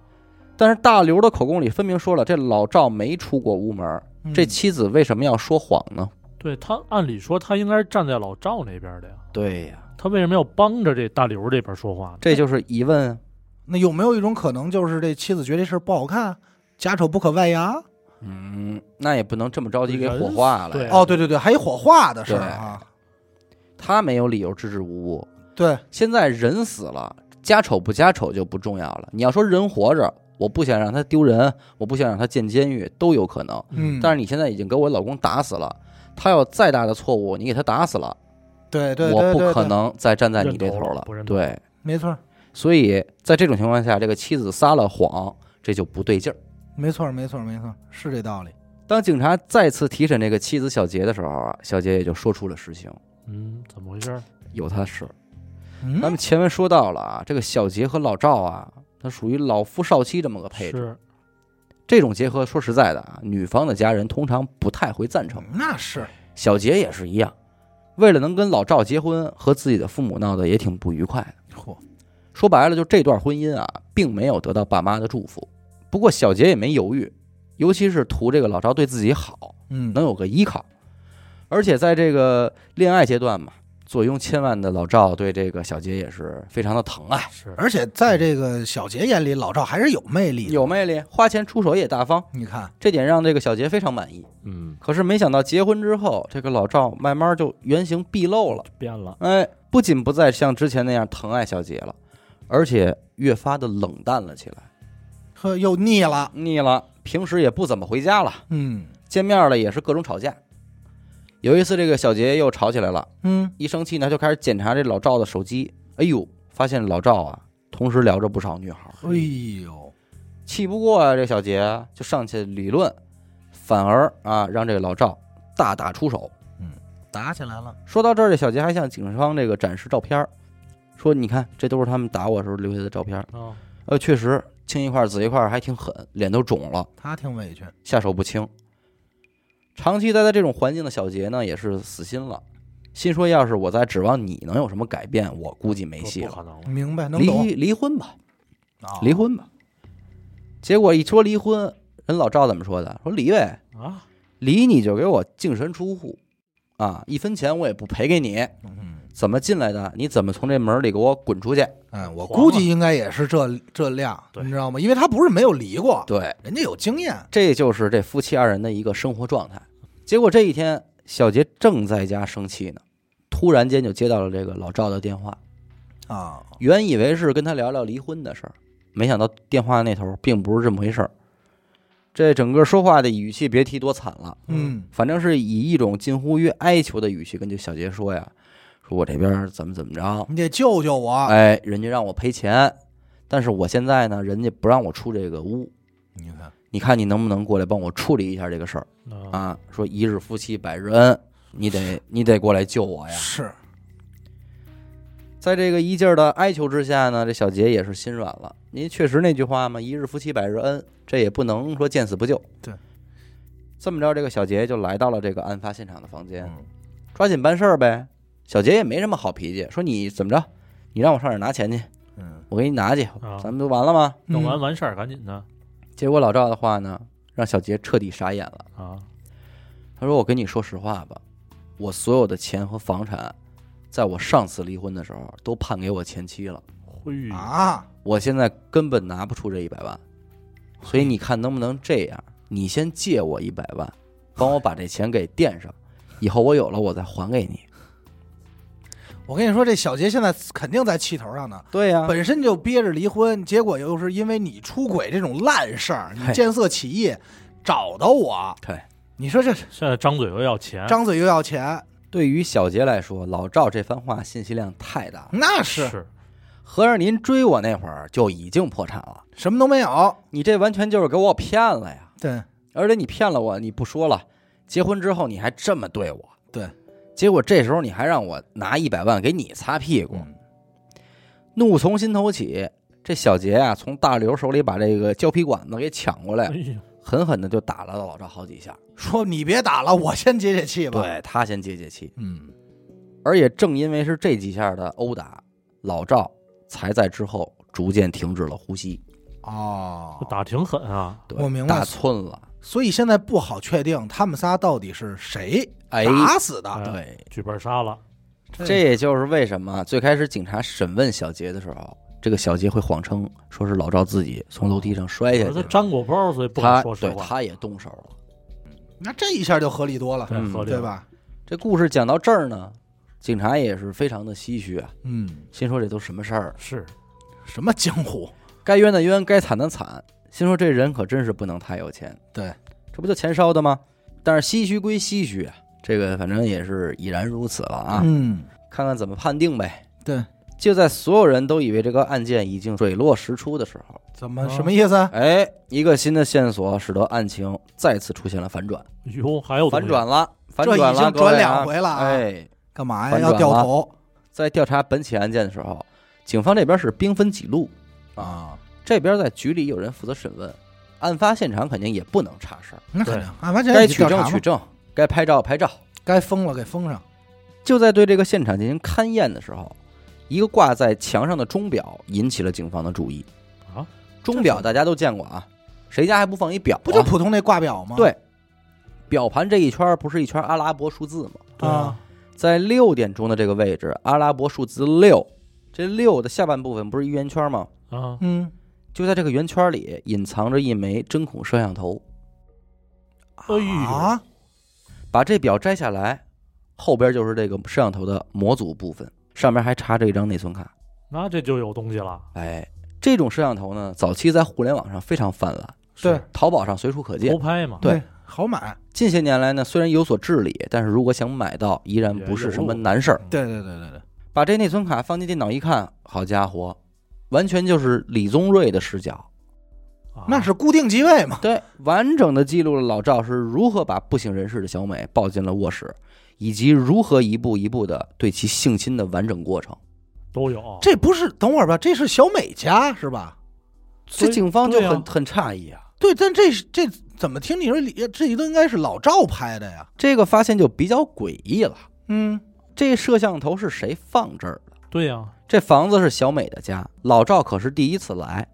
S1: 但是大刘的口供里分明说了，这老赵没出过屋门，
S2: 嗯
S1: 这妻子为什么要说谎呢？
S3: 对他按理说他应该是站在老赵那边的呀，
S1: 对呀、
S3: 他为什么要帮着这大刘这边说话呢？
S1: 这就是疑问。啊
S2: 那有没有一种可能，就是这妻子觉得这事儿不好看，家丑不可外扬？
S1: 嗯，那也不能这么着急给火化了。
S3: 人死对
S2: 哦，对对对，还有火化的事儿啊，
S1: 他没有理由支支吾吾。
S2: 对，
S1: 现在人死了，家丑不家丑就不重要了。你要说人活着，我不想让他丢人，我不想让他进监狱，都有可能。
S2: 嗯，
S1: 但是你现在已经给我老公打死了，他有再大的错误，你给他打死了，
S2: 对对对，
S1: 我不
S2: 对
S1: 可，
S2: 对
S1: 能再站在你这头
S3: 认头了不认头
S1: 对，
S2: 没错儿，
S1: 所以在这种情况下，这个妻子撒了谎，这就不对劲儿。
S2: 没错儿，没错儿，没错儿，是这道理。
S1: 当警察再次提审这个妻子小杰的时候啊，小杰也就说出了实情，
S3: 嗯，怎么回事儿？
S1: 有他事儿。
S2: 嗯
S1: 咱们前文说到了啊，这个小杰和老赵啊，他属于老夫少妻这么个配置。
S3: 是，
S1: 这种结合，说实在的啊，女方的家人通常不太会赞成。
S2: 那是
S1: 小杰也是一样，为了能跟老赵结婚，和自己的父母闹得也挺不愉快的。
S2: 嚯，
S1: 说白了，就这段婚姻啊，并没有得到爸妈的祝福。不过小杰也没犹豫，尤其是图这个老赵对自己好，
S2: 嗯，
S1: 能有个依靠。而且在这个恋爱阶段嘛，坐拥千万的老赵对这个小杰也是非常的疼啊爱，
S3: 是，
S2: 而且在这个小杰眼里，老赵还是有魅力的。
S1: 有魅力，花钱出手也大方，
S2: 你看，
S1: 这点让这个小杰非常满意。
S3: 嗯，
S1: 可是没想到结婚之后，这个老赵慢慢就原形毕露了。
S3: 变了，
S1: 哎，不仅不再像之前那样疼爱小杰了，而且越发的冷淡了起来，
S2: 呵，又腻了。
S1: 腻了。平时也不怎么回家了，
S2: 嗯
S1: 见面了也是各种吵架。有一次，这个小杰又吵起来了，
S2: 嗯，
S1: 一生气呢就开始检查这老赵的手机。哎呦，发现老赵啊，同时聊着不少女孩儿，
S2: 哎呦，
S1: 气不过啊，这小杰就上去理论，反而啊让这个老赵大打出手。
S2: 打起来了。
S1: 说到这儿，这小杰还向警方这个展示照片儿，说：“你看，这都是他们打我时候留下的照片儿。
S3: 啊，
S1: 呃，确实青一块儿紫一块儿，还挺狠，脸都肿了，
S2: 他挺委屈，
S1: 下手不轻。长期待在这种环境的小杰呢，也是死心了，心说要是我再指望你能有什么改变，我估计没
S3: 不
S1: 戏
S3: 不
S1: 了，
S3: 可能了，
S2: 明白能懂
S1: 离离婚吧，
S2: 啊。
S1: 离婚吧。结果一说离婚，人老赵怎么说的？说离呗，
S3: 啊，
S1: 离你就给我净身出户，啊，一分钱我也不赔给你。
S2: 嗯，
S1: 怎么进来的？你怎么从这门里给我滚出去？
S2: 哎，我估计应该也是这这量，
S3: 对
S2: 你知道吗？因为他不是没有离过，
S1: 对，
S2: 人家有经验。
S1: 这就是这夫妻二人的一个生活状态。结果这一天，小杰正在家生气呢，突然间就接到了这个老赵的电话，
S2: 啊，
S1: 原以为是跟他聊聊离婚的事儿，没想到电话那头并不是这么回事儿。这整个说话的语气别提多惨了，
S2: 嗯
S1: 反正是以一种近乎于哀求的语气跟这小杰说呀：“说我这边儿怎么怎么着，
S2: 你得救救我，
S1: 哎，人家让我赔钱，但是我现在呢，人家不让我出这个屋，
S4: 你看，
S1: 你看你能不能过来帮我处理一下这个事儿
S3: 啊，
S1: 啊？说一日夫妻百日恩，你得你得过来救我哎呀。”
S2: 是，
S1: 在这个一劲儿的哀求之下呢，这小杰也是心软了。您确实那句话嘛，“一日夫妻百日恩”，这也不能说见死不救。
S2: 对，
S1: 这么着，这个小杰就来到了这个案发现场的房间，
S4: 嗯
S1: 抓紧办事儿呗。小杰也没什么好脾气，说你怎么着，你让我上哪儿拿钱去，
S4: 嗯，
S1: 我给你拿去
S3: 啊，
S1: 咱们就完了吗？
S3: 弄完
S2: 嗯
S3: 完事儿赶紧的
S1: 结果老赵的话呢，让小杰彻底傻眼了。
S3: 啊，
S1: 他说：“我跟你说实话吧，我所有的钱和房产，在我上次离婚的时候都判给我前妻了。”
S3: 嘿，
S2: 啊，
S1: 我现在根本拿不出这一百万，所以你看能不能这样？你先借我一百万，帮我把这钱给垫上，以后我有了我再还给你。
S2: 我跟你说，这小杰现在肯定在气头上呢，
S1: 对呀、
S2: 本身就憋着离婚，结果又是因为你出轨这种烂事儿，你
S1: 嘿
S2: 见色起意，找到我，
S1: 对，
S2: 你说这
S3: 现在张嘴又要钱，
S2: 张嘴又要钱，
S1: 对于小杰来说，老赵这番话信息量太大了。
S2: 那是
S3: 是
S1: 合着您追我那会儿就已经破产了，
S2: 什么都没有，
S1: 你这完全就是给我骗了呀！
S2: 对，
S1: 而且你骗了我，你不说了，结婚之后你还这么对我，
S2: 对，
S1: 结果这时候你还让我拿一百万给你擦屁股，
S4: 嗯
S1: 怒从心头起，这小杰啊，从大刘手里把这个胶皮管子给抢过
S3: 哎
S1: 来，
S3: 呦，
S1: 狠狠的就打了老赵好几下。
S2: 说你别打了，我先解解气吧，
S1: 对他先解解气，
S4: 嗯，
S1: 而也正因为是这几下的殴打，老赵才在之后逐渐停止了呼吸，
S2: 哦，
S3: 打挺狠啊，
S1: 对，
S2: 我明白
S1: 打寸了。
S2: 所以现在不好确定他们仨到底是谁
S1: 哎，
S2: 打死的，
S3: 哎
S1: 对，
S3: 剧本杀了，
S1: 这也就是为什么最开始警察审问小杰的时候，这个小杰会谎称说是老赵自己从楼梯上摔下
S3: 可是他
S1: 去的，
S3: 沾过包，所以不
S1: 他
S3: 敢说实
S1: 对
S3: 话，
S1: 他也动手了。
S2: 那这一下就合理多了，
S3: 对
S1: 嗯
S3: 合理
S2: 对？吧？
S1: 这故事讲到这儿呢，警察也是非常的唏嘘啊，
S4: 嗯，
S1: 心说这都什么事儿啊？
S3: 是
S2: 什么江湖？
S1: 该冤的冤，该惨的惨。心说这人可真是不能太有钱，
S2: 对，
S1: 这不就钱烧的吗？但是唏嘘归唏嘘啊，这个反正也是已然如此了啊，
S2: 嗯，
S1: 看看怎么判定呗。
S2: 对，
S1: 就在所有人都以为这个案件已经水落石出的时候，
S2: 怎么
S3: 啊
S2: 什么意思啊？
S1: 哎，一个新的线索使得案情再次出现了反转，
S3: 哟，还有东
S1: 反
S3: 西
S1: 转了，反
S2: 这
S1: 转
S2: 已
S1: 了，
S2: 经
S1: 各位
S2: 转
S1: 啊
S2: 两回了啊
S1: 哎，
S2: 干嘛呀？
S1: 反转
S2: 要
S1: 了
S2: 掉头？
S1: 在调查本起案件的时候，警方这边是兵分几路，
S4: 啊，
S1: 这边在局里有人负责审问，案发现场肯定也不能差事儿。
S2: 那肯定，啊，完全
S1: 该
S2: 去
S1: 取
S2: 调
S1: 证
S2: 查
S1: 取
S2: 嘛，
S1: 证，该拍照拍照。
S2: 该封了给封上。
S1: 就在对这个现场进行勘验的时候，一个挂在墙上的钟表引起了警方的注意。
S3: 啊，
S1: 钟表大家都见过啊，谁家还不放一表啊、
S2: 不就普通那挂表吗？
S1: 对，表盘这一圈儿不是一圈儿阿拉伯数字吗？
S3: 对
S2: 啊，
S1: 在六点钟的这个位置，阿拉伯数字六，这六的下半部分不是一圆圈吗？
S3: 啊，
S2: 嗯，
S1: 就在这个圆圈里隐藏着一枚针孔摄像头，
S3: 哎呦，
S2: 啊，
S1: 把这表摘下来，后边就是这个摄像头的模组部分，上面还插着一张内存卡。
S3: 那这就有东西了，
S1: 哎，这种摄像头呢，早期在互联网上非常泛滥，
S2: 对，
S1: 淘宝上随处可
S3: 偷
S1: 见。
S3: 拍嘛，
S1: 对
S2: 哎好买，
S1: 近些年来呢，虽然有所治理，但是如果想买到，依然不是什么难事儿。
S2: 对对对对对，
S1: 把这内存卡放进电脑一看，好家伙，完全就是李宗瑞的视角，
S3: 啊
S2: 那是固定机位嘛，
S1: 对，完整的记录了老赵是如何把不省人事的小美抱进了卧室，以及如何一步一步的对其性侵的完整过程。
S3: 都有，
S2: 这不是等会儿吧？这是小美家是吧？
S1: 这
S3: 对
S1: 警方就
S3: 对
S1: 很、
S3: 啊
S1: 很诧异啊，
S2: 对，但这是这怎么听你说李这都应该是老赵拍的呀？
S1: 这个发现就比较诡异了。
S2: 嗯，
S1: 这摄像头是谁放这儿的？
S3: 对呀，
S1: 这房子是小美的家，老赵可是第一次来。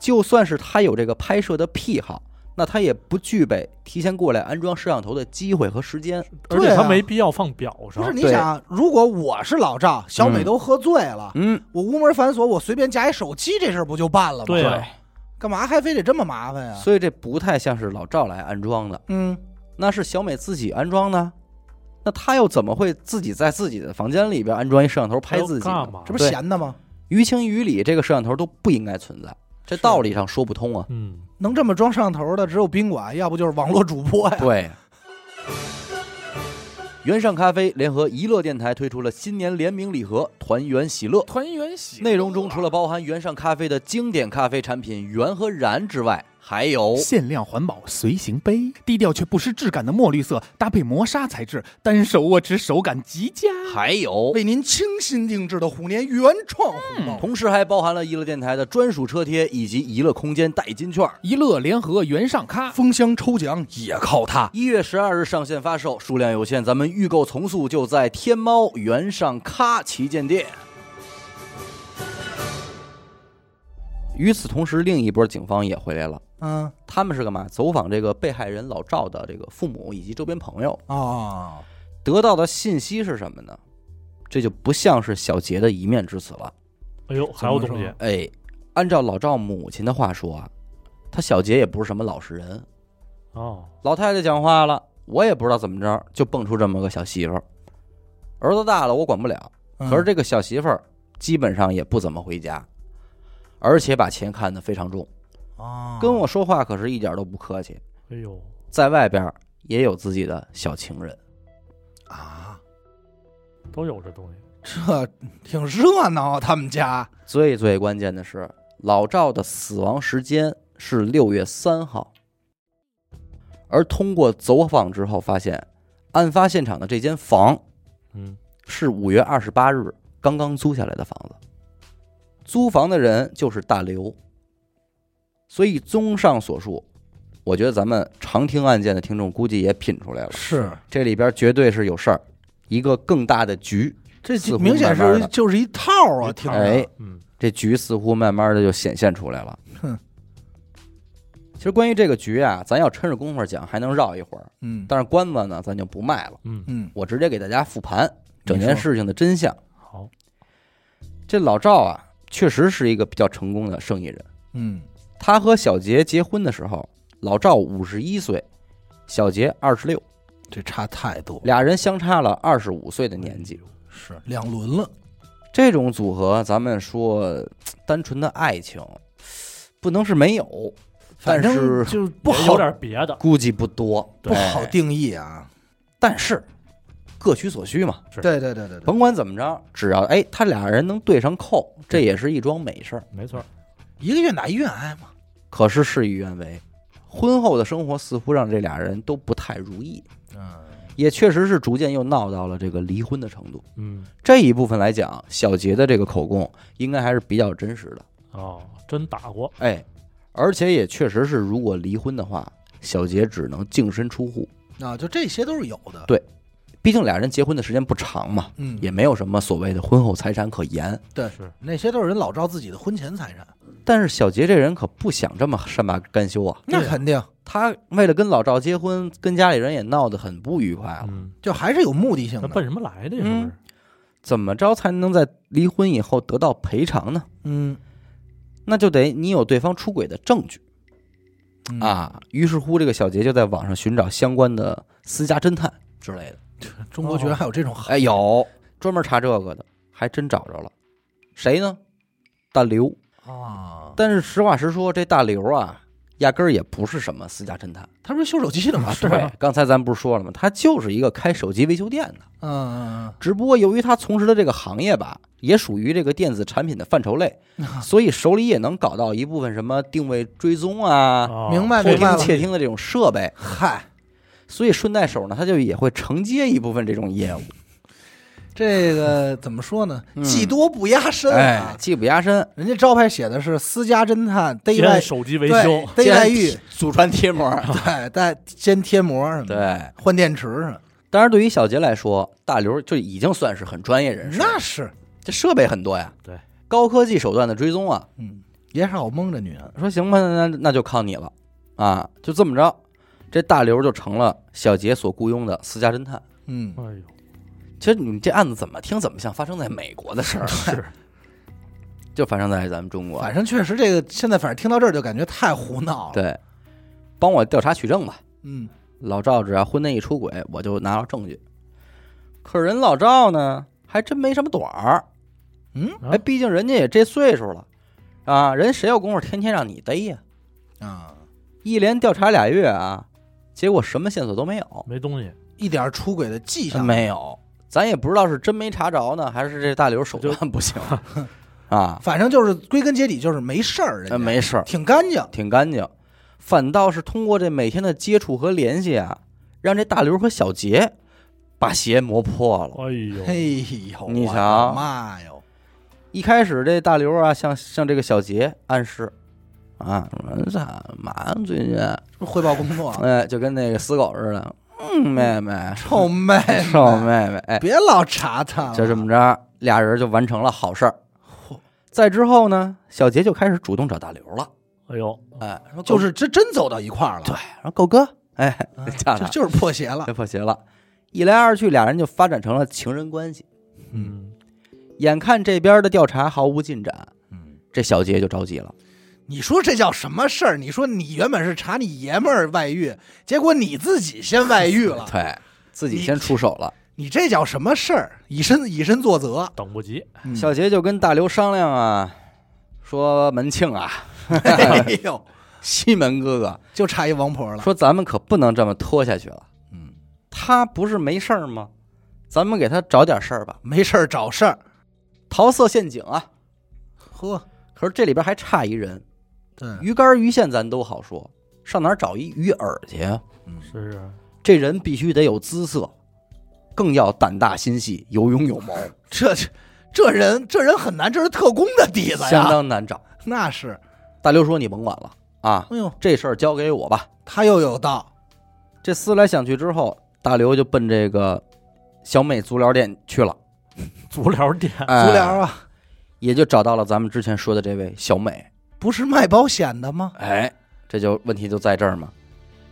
S1: 就算是他有这个拍摄的癖好，那他也不具备提前过来安装摄像头的机会和时间。
S3: 而且
S2: 对
S3: 他
S2: 啊
S3: 没必要放表
S2: 不
S3: 上
S2: 是，，你
S1: 哦对
S2: 想啊，如果我是老赵，小美
S1: 嗯
S2: 都喝醉了，
S1: 嗯，
S2: 我无门反锁，我随便夹一手机，这事儿不就办了吗？
S1: 啊
S3: 对啊呀，
S2: 干嘛还非得这么麻烦呀？
S1: 所以这不太像是老赵来安装的，
S2: 嗯，
S1: 那是小美自己安装的。那他又怎么会自己在自己的房间里边安装一摄像头拍自己呢？
S3: 干嘛？
S2: 这不是闲的吗？
S1: 于情于理，这个摄像头都不应该存在，这道理上说不通啊。
S3: 嗯，
S2: 能这么装摄像头的只有宾馆，要不就是网络主播呀。
S1: [laughs] 对。原上咖啡联合娱乐电台推出了新年联名礼盒“团圆喜乐
S4: 团圆喜”，
S1: 内容中除了包含原上咖啡的经典咖啡产品圆和燃之外，还
S2: 哦
S1: 有
S5: 限量环保随行杯，低调却不失质感的墨绿色，搭配磨砂材质，单手握持手感极佳。
S1: [laughs] 还有，
S2: 为您倾心定制的虎年原创红包，
S1: 同时还包含了娱乐电台的专属车贴以及娱乐空间代金券。
S5: 一乐联合原上咖，
S2: 封箱抽奖也靠它。
S1: 一月十二日上线发售，数量有限，咱们预购从速就在天猫原上咖旗舰店。与此同时，另一波警方也回来了，
S2: 嗯
S1: 他们是干嘛？走访这个被害人老赵的这个父母以及周边朋友，
S2: 哦，
S1: 得到的信息是什么呢？这就不像是小杰的一面之词了。
S3: 哎呦，还有东
S2: 怎么
S3: 西
S2: 说，
S1: 哎，按照老赵母亲的话说啊，他小杰也不是什么老实人，
S3: 哦，
S1: 老太太讲话了，我也不知道怎么着，就蹦出这么个小媳妇儿。儿子大了，我管不了，
S2: 嗯
S1: 可是这个小媳妇儿基本上也不怎么回家，而且把钱看得非常重，
S2: 啊
S1: 跟我说话可是一点都不客气，
S3: 哎呦，
S1: 在外边也有自己的小情人。
S2: 啊，
S3: 都有这东西，
S2: 这挺热闹啊，他们家
S1: 最最关键的是，老赵的死亡时间是六月三号，而通过走访之后发现，案发现场的这间房
S3: 嗯，
S1: 是五月二十八日刚刚租下来的房子，租房的人就是大刘。所以综上所述，我觉得咱们常听案件的听众估计也品出来了，
S2: 是
S1: 这里边绝对是有事儿，一个更大的局。
S2: 这
S1: 似乎
S2: 明显
S1: 慢慢
S2: 是
S1: 地
S2: 就是一套啊，听着
S1: 哎，
S3: 嗯，
S1: 这局似乎慢慢的就显现出来了。
S2: 哼，
S1: 其实关于这个局啊，咱要趁着功夫讲，还能绕一会儿，
S2: 嗯
S1: 但是关子呢，咱就不卖了，
S3: 嗯，
S2: 嗯，
S1: 我直接给大家复盘整
S2: 你
S1: 件
S2: 说
S1: 事情的真相。
S3: 好，
S1: 这老赵啊，确实是一个比较成功的生意人。
S2: 嗯
S1: 他和小杰结婚的时候，老赵五十一岁，小杰二十六，
S2: 这差太多，
S1: 俩人相差了二十五岁的年
S3: 哎
S2: 嗯
S1: 纪。
S2: 是两轮了，
S1: 这种组合，咱们说呃单纯的爱情，不能是没有，但
S2: 反正
S1: 是
S2: 就不
S3: 也
S2: 好
S3: 有点别的，
S1: 估计不多，
S2: 不好
S1: 哎
S2: 定义啊。
S1: 但是各取所需嘛，
S3: 是
S2: 对对对对对，
S1: 甭管怎么着，只要哎他俩人能对上扣，这也是一桩美事儿。
S3: 没错，
S2: 一个愿打一个愿挨嘛。
S1: 可是事与愿违，婚后的生活似乎让这俩人都不太如意，
S4: 嗯，
S1: 也确实是逐渐又闹到了这个离婚的程度。
S3: 嗯，
S1: 这一部分来讲，小杰的这个口供应该还是比较真实的，
S3: 哦，真打过，
S1: 哎，而且也确实是，如果离婚的话，小杰只能净身出户，
S2: 啊，就这些都是有的。
S1: 对毕竟俩人结婚的时间不长嘛，
S2: 嗯，
S1: 也没有什么所谓的婚后财产可言。
S2: 对
S3: 是
S2: 那些都是人老赵自己的婚前财产，
S1: 但是小杰这人可不想这么善罢甘休啊，
S2: 那肯定
S1: 他为了跟老赵结婚，跟家里人也闹得很不愉快啊了。
S3: 嗯，
S2: 就还是有目的性
S3: 那
S2: 的。
S3: 奔什么来的呀？是不是？
S1: 怎么着才能在离婚以后得到赔偿呢？
S2: 嗯
S1: 那就得你有对方出轨的证据。
S2: 嗯
S1: 啊，于是乎，这个小杰就在网上寻找相关的私家侦探之类的。
S2: 中国居然还有这种行
S1: 哎，有专门查这个的，还真找着了。谁呢？大刘。
S4: 啊，
S1: 但是实话实说，这大刘啊，压根儿也不是什么私家侦探。
S2: 他不是修手机的吗？
S3: 是啊，
S1: 刚才咱不是说了吗？他就是一个开手机维修店的，
S2: 嗯嗯
S1: 只不过由于他从事的这个行业吧，也属于这个电子产品的范畴
S3: [laughs]
S1: 类，所以手里也能搞到一部分什么定位追踪啊、
S3: 哦
S2: 明白
S1: 偷
S2: 明白
S1: 听
S2: 了
S1: 窃听的这种设备。
S2: 嗯，嗨，
S1: 所以顺带手呢，他就也会承接一部分这种业务，
S2: 这个怎么说呢
S1: 嗯？
S2: 技多不压身
S1: 哎
S2: 啊，。
S1: 技不压身，
S2: 人家招牌写的是私家侦探逮
S3: 接
S2: 外
S3: 手机维
S2: 对
S3: 修，
S2: 逮外遇，
S1: 祖传贴膜。
S2: 对，带先贴膜
S3: 嗯
S2: 什么的，
S1: 啊对，
S2: 换电池什么
S1: 当然对于小杰来说，大刘就已经算是很专业人
S2: 的，
S1: 士，
S2: 那是，
S1: 这设备很多呀，
S3: 对，
S1: 高科技手段的追踪啊。
S2: 嗯，也好蒙着女人，
S1: 说行吧，那那就靠你了啊，就这么着，这大刘就成了小杰所雇佣的私家侦探。
S2: 嗯
S3: 哎，呦，
S1: 其实你们这案子怎么听怎么像发生在美国的事儿，
S3: [laughs] 是
S1: 就发生在咱们中国。
S2: 反正确实这个现在反正听到这儿就感觉太胡闹了，，
S1: 对，帮我调查取证吧。
S2: 嗯
S1: 老赵只要婚内一出轨，我就拿到证据。可人老赵呢，还真没什么短儿。嗯，
S3: 啊
S1: 哎，毕竟人家也这岁数了，啊，人谁有功夫天天让你逮呀？
S2: 啊，
S1: 一连调查俩月啊，结果什么线索都没有，
S3: 没东西，
S2: 一点出轨的迹象
S1: 嗯没。有，咱也不知道是真没查着呢，还是这大刘手段不
S2: [laughs]
S1: 行啊？
S2: 反正就是归根结底就是没事儿，人家
S1: 呃没事儿，
S2: 挺干净。
S1: 挺干净，反倒是通过这每天的接触和联系啊，让这大刘和小杰把鞋磨破了。
S3: 哎呦，
S2: 嘿呦，
S1: 嗯你
S2: 我的
S1: 瞧
S2: 妈哟，
S1: 一开始这大刘啊，向向这个小杰暗示啊，我说咋嘛呢最近，，
S2: 是不是汇报工作
S1: [laughs] 哎，就跟那个死狗似的，嗯，妹妹，
S2: 臭妹妹，
S1: [laughs] 臭妹妹，哎，
S2: 别老查他了，
S1: 就这么着，俩人就完成了好事儿
S2: 嚯。
S1: 再之后呢，小杰就开始主动找大刘了，
S3: 哎呦，
S1: 哎，说
S2: 就
S1: 狗
S2: 是真真走到一块儿了，
S1: 对，说狗哥，哎， [laughs] 叫
S2: 就
S1: 他
S2: 就是破鞋了
S1: 别破鞋了。一来二去，俩人就发展成了情人关系。
S3: 嗯，
S1: 眼看这边的调查毫无进展，
S4: 嗯，
S1: 这小杰就着急了。
S2: 你说这叫什么事儿？你说你原本是查你爷们儿外遇，结果你自己先外
S1: [laughs]
S2: 遇了，
S1: 对，自己先出手了。
S2: 你这叫什么事儿？以身以身作
S3: [laughs]
S2: 则。
S3: 等不及，
S2: 嗯
S1: 小杰就跟大刘商量啊，说门庆啊， [laughs]
S2: 哎呦，
S1: 西门哥哥，
S2: 就差一王婆了。
S1: 说咱们可不能这么拖下去了。
S4: 嗯，
S1: 他不是没事儿吗？咱们给他找点事儿吧，
S2: 没事儿找事儿，
S1: 桃色陷阱啊。
S2: 呵，
S1: 可是这里边还差一人，
S2: 对，
S1: 鱼竿鱼线咱都好说，上哪儿找一鱼饵去啊？
S3: 是是，
S1: 这人必须得有姿色，更要胆大心细、有勇有谋，
S2: 这这人这人很难，这是特工的底子
S1: 相
S2: 呀，
S1: 当难找。
S2: 那是。
S1: 大刘说：“你甭管了啊，
S2: 哎呦，
S1: 这事儿交给我吧。
S2: 他又有道，”
S1: 这思来想去之后，大刘就奔这个小美足疗店去了。
S3: 足疗店，
S1: 哎
S2: 足疗啊，
S1: 也就找到了咱们之前说的这位小美。
S2: 不是卖保险的吗？
S1: 哎，这就问题就在这儿嘛。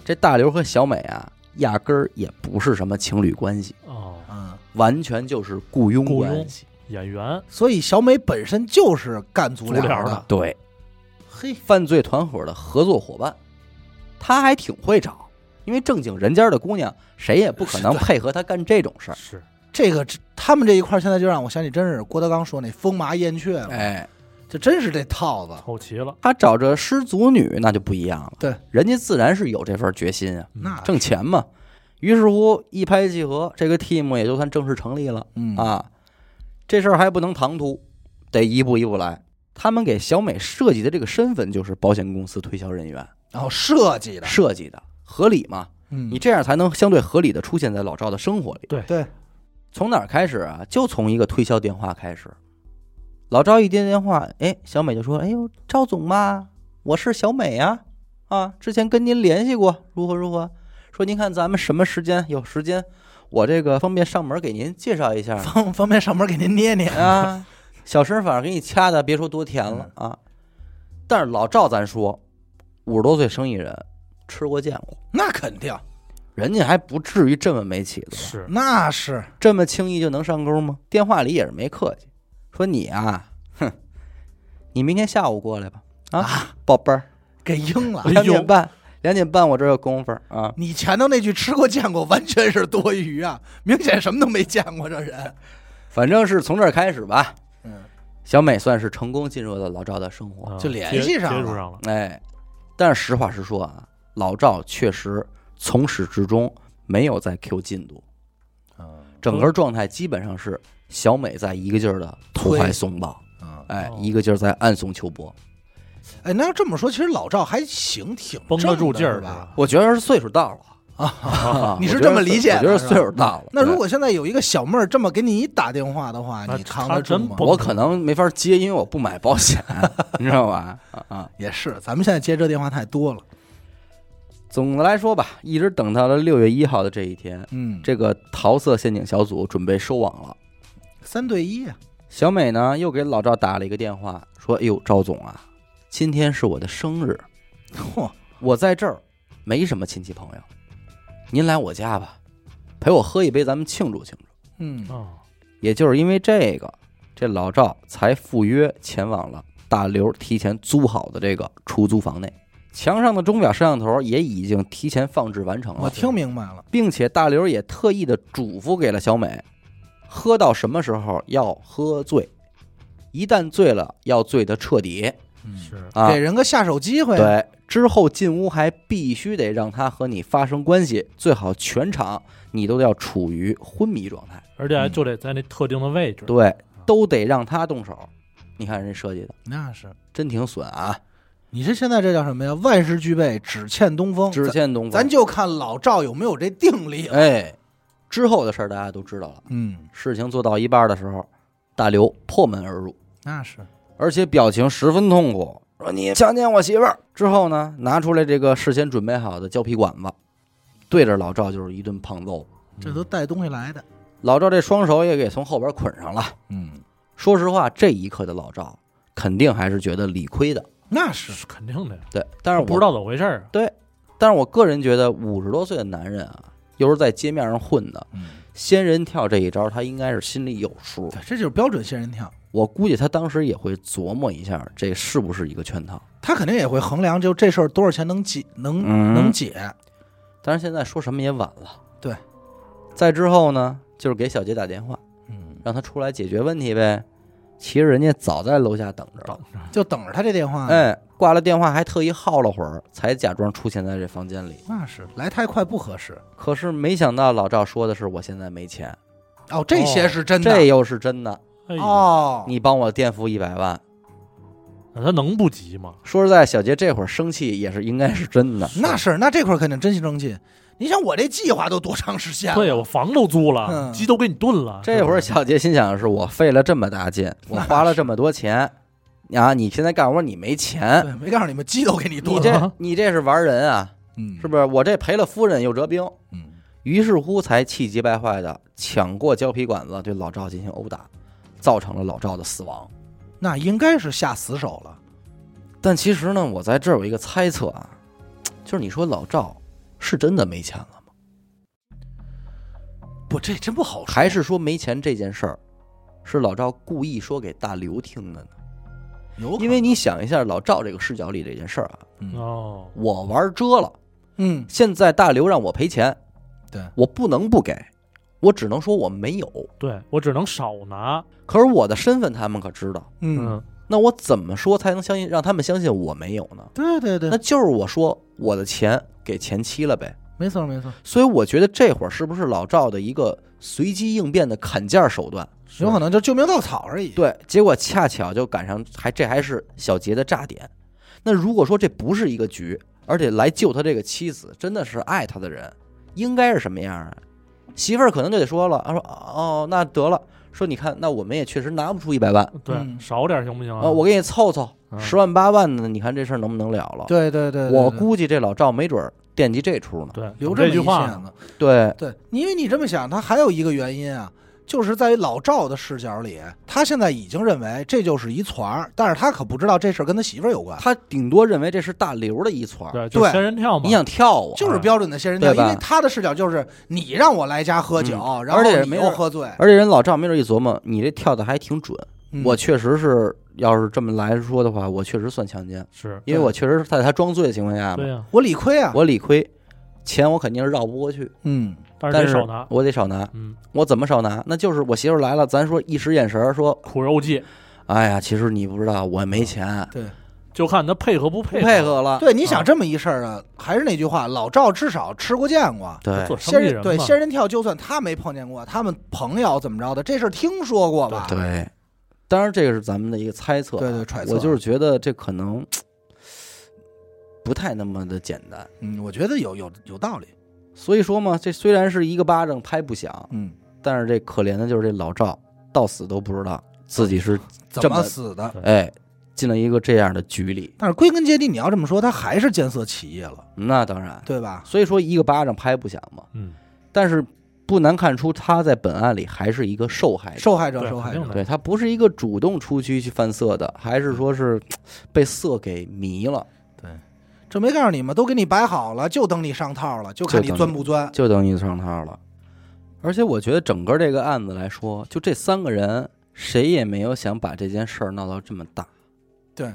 S1: 这大刘和小美啊，压根儿也不是什么情侣关系，
S3: 哦，
S2: 嗯，
S1: 完全就是雇佣
S3: 雇佣
S1: 关系。
S3: 演员，
S2: 所以小美本身就是干足
S3: 足疗
S2: 的
S3: 的，
S1: 对，
S2: 嘿，
S1: 啊犯罪团伙的合作伙伴，他还挺会找，因为正经人家的姑娘，谁也不可能
S2: 是
S1: 配合他干这种事儿。
S3: 是
S2: 这个这他们这一块儿现在就让我想起，真是郭德纲说那风麻燕雀了，
S1: 哎，
S2: 这真是这套子，
S3: 凑齐了，嗯
S1: 他找着失足女那就不一样了，
S2: 对，
S1: 人家自然是有这份决心啊，
S3: 嗯
S2: 那
S1: 挣钱嘛。于是乎一拍即合，这个 team 也就算正式成立了
S2: 嗯，
S1: 啊。这事儿还不能唐突，得一步一步来。他们给小美设计的这个身份就是保险公司推销人员
S2: 然后设计的，
S1: 设计的，合理嘛？
S2: 嗯
S1: 你这样才能相对合理的出现在老赵的生活里。
S2: 对，
S1: 从哪儿开始啊？就从一个推销电话开始。老赵一接电话，哎，小美就说：“哎呦，赵总嘛，我是小美啊，啊，之前跟您联系过，如何如何？说您看咱们什么时间有时间，我这个方便上门给您介绍一下
S2: 方方便上门给您捏捏，
S1: 啊，小身法给你掐的，别说多甜了啊。”但是老赵，咱说，五十多岁生意人，吃过见过，
S2: 那肯定，
S1: 人家还不至于这么没起子。
S3: 是，
S2: 那是
S1: 这么轻易就能上钩吗？电话里也是没客气，说你啊，哼，你明天下午过来吧，啊，宝贝儿，
S2: 给应了
S3: 哎。呦
S1: 两点半，两点半我这儿有功夫啊。
S2: 你前头那句吃过见过，完全是多余啊！明显什么都没见过，这人。
S1: 反正是从这儿开始吧。
S2: 嗯，
S1: 小美算是成功进入了老赵的生活，
S3: 啊
S2: 就联
S3: 接
S2: 系上
S3: 接
S2: 了
S3: 触上了，
S1: 哎，但是实话实说啊，老赵确实从始至终没有在 Q 进度，
S4: 嗯
S1: 整个状态基本上是小美在一个劲儿的投怀送抱，
S4: 嗯
S1: 哎，
S3: 哦
S1: 一个劲儿在暗送秋波。
S2: 哎，那要这么说，其实老赵还行，挺
S3: 绷得住劲
S2: 正
S3: 儿
S2: 的是吧？？
S1: 我觉得是岁数到了。啊
S2: 你是
S1: 我觉得
S2: 这么理解的
S1: 我觉得
S2: 是吧
S1: 岁数大了。
S2: 那如
S1: 对
S2: 果现在有一个小妹儿这么给你打电话的话，
S3: 那
S2: 你扛
S3: 他
S2: 得住
S3: 真
S2: 吗？
S3: 不
S1: 我可能没法接，因为我不买保
S2: [laughs]
S1: 险，你知道吧？啊啊！
S2: 也是，咱们现在接这电话太多了。
S1: 总的来说吧，一直等到了六月一号的这一天，
S2: 嗯，
S1: 这个桃色陷阱小组准备收网了。
S2: 三对一啊，
S1: 小美呢，又给老赵打了一个电话，说：“哎呦，赵总啊，今天是我的生日，
S2: 嚯，
S1: 我在这儿没什么亲戚朋友，您来我家吧，陪我喝一杯，咱们庆祝庆祝。”
S2: 嗯，
S3: 啊，
S1: 也就是因为这个，这老赵才赴约前往了大刘提前租好的这个出租房内。墙上的钟表摄像头也已经提前放置完成
S2: 我
S1: 了，
S2: 听明白了，
S1: 并且大刘也特意的嘱咐给了小美，喝到什么时候要喝醉，一旦醉了要醉得彻底
S4: 嗯
S3: 是
S1: 啊
S2: 给。人个下手机会。，啊
S1: 对，之后进屋还必须得让他和你发生关系，最好全场你都要处于昏迷状态，
S3: 而
S2: 嗯
S3: 且还就得在那特定的位置。
S1: 对，都得让他动手。你看人家设计的
S2: 那是。
S1: 真挺损啊，
S2: 你这现在这叫什么呀？万事俱备，只欠东风。
S1: 只欠东风。
S2: 咱咱就看老赵有没有这定力了。
S1: 哎，之后的事儿大家都知道了。
S2: 嗯，
S1: 事情做到一半的时候，大刘破门而入，
S2: 那是。
S1: 而且表情十分痛苦，说：“你强奸我媳妇儿！”之后呢，拿出来这个事先准备好的胶皮管子，对着老赵就是一顿胖揍。
S3: 嗯，
S2: 这都带东西来的。
S1: 老赵这双手也给从后边捆上了。
S4: 嗯，
S1: 说实话，这一刻的老赵肯定还是觉得理亏的，
S2: 那是
S3: 是肯定的呀，
S1: 对。但是我
S3: 不知，道怎么回事儿啊。
S1: 但是我个人觉得，五十多岁的男人啊，又是在街面上混的，
S4: 嗯
S1: 仙人跳这一招，他应该是心里有数。
S2: 对，这就是标准仙人跳。
S1: 我估计他当时也会琢磨一下，这是不是一个圈套。
S2: 他肯定也会衡量，就这事儿多少钱能解，能、
S1: 嗯
S2: 能解。
S1: 但是现在说什么也晚了。
S2: 对，
S1: 再之后呢，就是给小杰打电话，
S4: 嗯
S1: 让他出来解决问题呗。其实人家早在楼下等着了，
S2: 就等着他这电话。，
S1: 哎，挂了电话还特意耗了会儿，才假装出现在这房间里。
S2: 那是来太快不合适。
S1: 可是没想到老赵说的是我现在没钱，
S2: 哦，这些是真的。
S1: 这又是真的。
S3: 哎呦，
S2: 哦，
S1: 你帮我垫付一百万。
S3: 那他能不急吗？
S1: 说实在，小杰这会儿生气也是应该是真的。
S2: 那是那这块儿肯定真心生气。你想我这计划都多长时间了？
S3: 对呀，我房都租了，
S2: 嗯
S3: 鸡都给你炖了。
S1: 这会儿小杰心想的是，我费了这么大劲，我花了这么多钱，啊，你现在告诉我你没钱，
S2: 对，没告诉你们，鸡都给你
S1: 你
S2: 炖了。
S1: 这你这是玩人啊！
S4: 嗯，
S1: 是不是？我这赔了夫人又折兵，
S4: 嗯
S1: 于是乎才气急败坏的抢过胶皮管子对老赵进行殴打，造成了老赵的死亡。
S2: 那应该是下死手了。
S1: 但其实呢，我在这儿有一个猜测啊，就是你说老赵是真的没钱了吗？
S2: 不，这真不好说。
S1: 还是说没钱这件事儿是老赵故意说给大刘听的呢？
S2: 有可
S1: 因为你想一下，老赵这个视角里这件事儿啊，
S4: 嗯
S3: 哦，
S1: 我玩折了，
S2: 嗯，
S1: 现在大刘让我赔钱，
S4: 对
S1: 我不能不给，我只能说我没有。
S3: 对我只能少拿。
S1: 可是我的身份他们可知道。
S2: 嗯，
S3: 嗯，
S1: 那我怎么说才能相信让他们相信我没有呢？
S2: 对对对
S1: 那，就是我说我的钱给前妻了呗。
S2: 没错没错，
S1: 所以我觉得这会儿是不是老赵的一个随机应变的砍价手段？
S2: 有可能就救命稻草而已。，
S1: 对，结果恰巧就赶上还这还是小杰的炸点。那如果说这不是一个局，而且来救他这个妻子真的是爱他的人，应该是什么样啊？媳妇儿可能就得说了，他说哦，那得了，说你看，那我们也确实拿不出一百万，
S3: 对，
S2: 嗯
S3: 少点行不行啊？
S1: 啊，我给你凑凑
S3: 嗯
S1: 十万八万的，你看这事儿能不能了了？
S2: 对对对，对
S1: 我
S2: 对
S1: 估计这老赵没准儿惦记这出呢。
S3: 对
S2: 留
S3: 有
S2: 这么
S3: 这
S2: 一
S3: 句话
S2: 线啊
S3: 呢，
S2: 子。
S1: 对，
S2: 对，因为你这么想，他还有一个原因啊，就是在于老赵的视角里，他现在已经认为这就是一团儿，但是他可不知道这事儿跟他媳妇儿有关，
S1: 他顶多认为这是大刘的遗传。
S3: 对，就
S2: 对
S3: 仙人跳嘛
S1: 你。想跳啊我，
S2: 就是标准的仙人跳，
S1: 对吧
S2: 因为他的视角就是你让我来家喝酒，
S1: 嗯
S2: 然后
S1: 而且
S2: 你
S1: 没
S2: 又
S1: 人
S2: 喝醉，
S1: 而且人老赵没准一琢磨，你这跳的还挺准。
S2: 嗯
S1: 我确实是，要是这么来说的话，我确实算强奸，
S3: 是，
S1: 因为我确实是在他装醉的情况下
S3: 对
S1: 嘛，
S3: 呀，
S2: 我理亏啊，
S1: 我理亏，钱我肯定是绕不过去，
S2: 嗯，
S3: 但是
S1: 但
S3: 得
S1: 是
S3: 少拿。
S1: 我得少拿。
S3: 嗯，
S1: 我怎么少拿？那就是我媳妇儿来了，咱说一使眼神儿说，
S3: 苦肉计，
S1: 哎呀，其实你不知道，我没
S3: 啊
S1: 钱，
S2: 对
S3: 就看他配合不
S1: 不
S3: 配
S1: 配。合了。
S2: 对，你想这么一事儿啊，还是那句话，老赵至少吃过见过。
S1: 对
S3: 做
S2: 仙
S3: 生意
S2: 人
S3: 人
S2: 对
S3: 嘛
S2: 仙人跳，就算他没碰见过，他们朋友怎么着的，这事儿听说过吧？
S1: 对，当然这个是咱们的一个啊猜测啊，
S2: 对对揣测
S1: 我就是觉得这可能不太那么的简单。
S2: 嗯，我觉得有有有道理。
S1: 所以说嘛，这虽然是一个巴掌拍不响，
S2: 嗯，
S1: 但是这可怜的就是这老赵，到死都不知道自己是
S2: 怎
S1: 这么
S2: 么死的？
S1: 哎进了一个这样的局里。
S2: 但是归根结底，你要这么说，他还是见色起意了，
S1: 那当然，
S2: 对吧？
S1: 所以说一个巴掌拍不响嘛，
S3: 嗯，
S1: 但是不难看出他在本案里还是一个受害者。
S2: 受害者，
S3: 对，
S2: 受害
S3: 肯定
S2: 者，
S3: 的。
S1: 哎对他不是一个主动出去去犯色的，还是说是被色给迷了，
S2: 这没告诉你吗？都给你摆好了，就等你上套了，就看你
S1: 就等你
S2: 钻不钻。
S1: 就等于上套了。而且我觉得整个这个案子来说，就这三个人，谁也没有想把这件事儿闹到这么大。
S2: 对，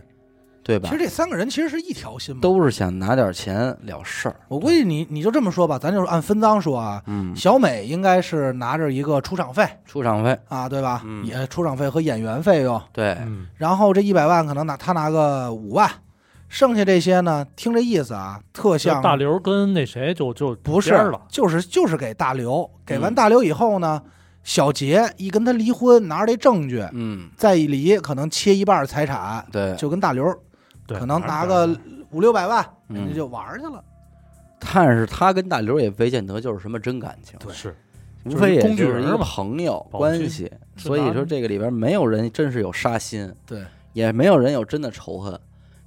S1: 对
S2: 其
S1: 吧
S2: 实？这三个人其实是一条心嘛。
S1: 都是想拿点钱了事儿。
S2: 我估计你你就这么说吧，咱就是按分赃说啊。
S1: 嗯，
S2: 小美应该是拿着一个出场费
S1: 出场费，
S2: 啊，对吧？
S1: 嗯
S2: 也出场费和演员费用，
S1: 对，
S3: 嗯，
S2: 然后这一百万可能拿他拿个五万，剩下这些呢，听这意思啊，特
S3: 就
S2: 像
S3: 大刘跟那谁就就
S2: 不是
S3: 边儿了，
S2: 就是就是给大刘，给完
S1: 嗯
S2: 大刘以后呢，小杰一跟他离婚，拿着这证据
S1: 嗯，
S2: 再一离，可能切一半财产，
S1: 对，
S2: 就跟大刘
S3: 对，
S2: 可能
S3: 反正
S2: 拿个五六百万，
S1: 嗯
S2: 人家就玩儿去了。
S1: 但是他跟大刘也未见得就是什么真感情，
S2: 对
S3: 是
S1: 无非也
S3: 就是工具
S1: 就是
S3: 人
S1: 一个
S3: 嘛
S1: 朋友
S3: 保
S1: 关
S3: 金
S1: 系，所以说这个里边没有人真是有杀心，
S2: 对，
S1: 也没有人有真的仇恨，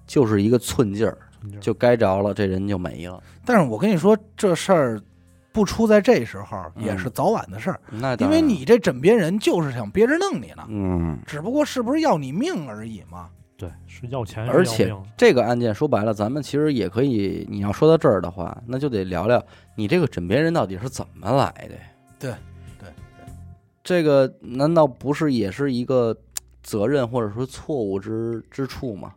S1: 就是一个寸劲儿，
S3: 村长
S1: 就该着了，这人就没了。
S2: 但是我跟你说，这事儿不出在这时候，
S1: 嗯
S2: 也是早晚的事儿，
S1: 那当
S2: 因为
S1: 然，
S2: 你这枕边人就是想憋着弄你呢，
S1: 嗯，
S2: 只不过是不是要你命而已嘛。
S3: 对是要钱，
S1: 而且
S3: 是要命
S1: 这个案件说白了，咱们其实也可以，你要说到这儿的话，那就得聊聊你这个枕边人到底是怎么来的。
S2: 对，
S1: 对
S2: 对，
S1: 这个难道不是也是一个责任或者说错误之之处吗？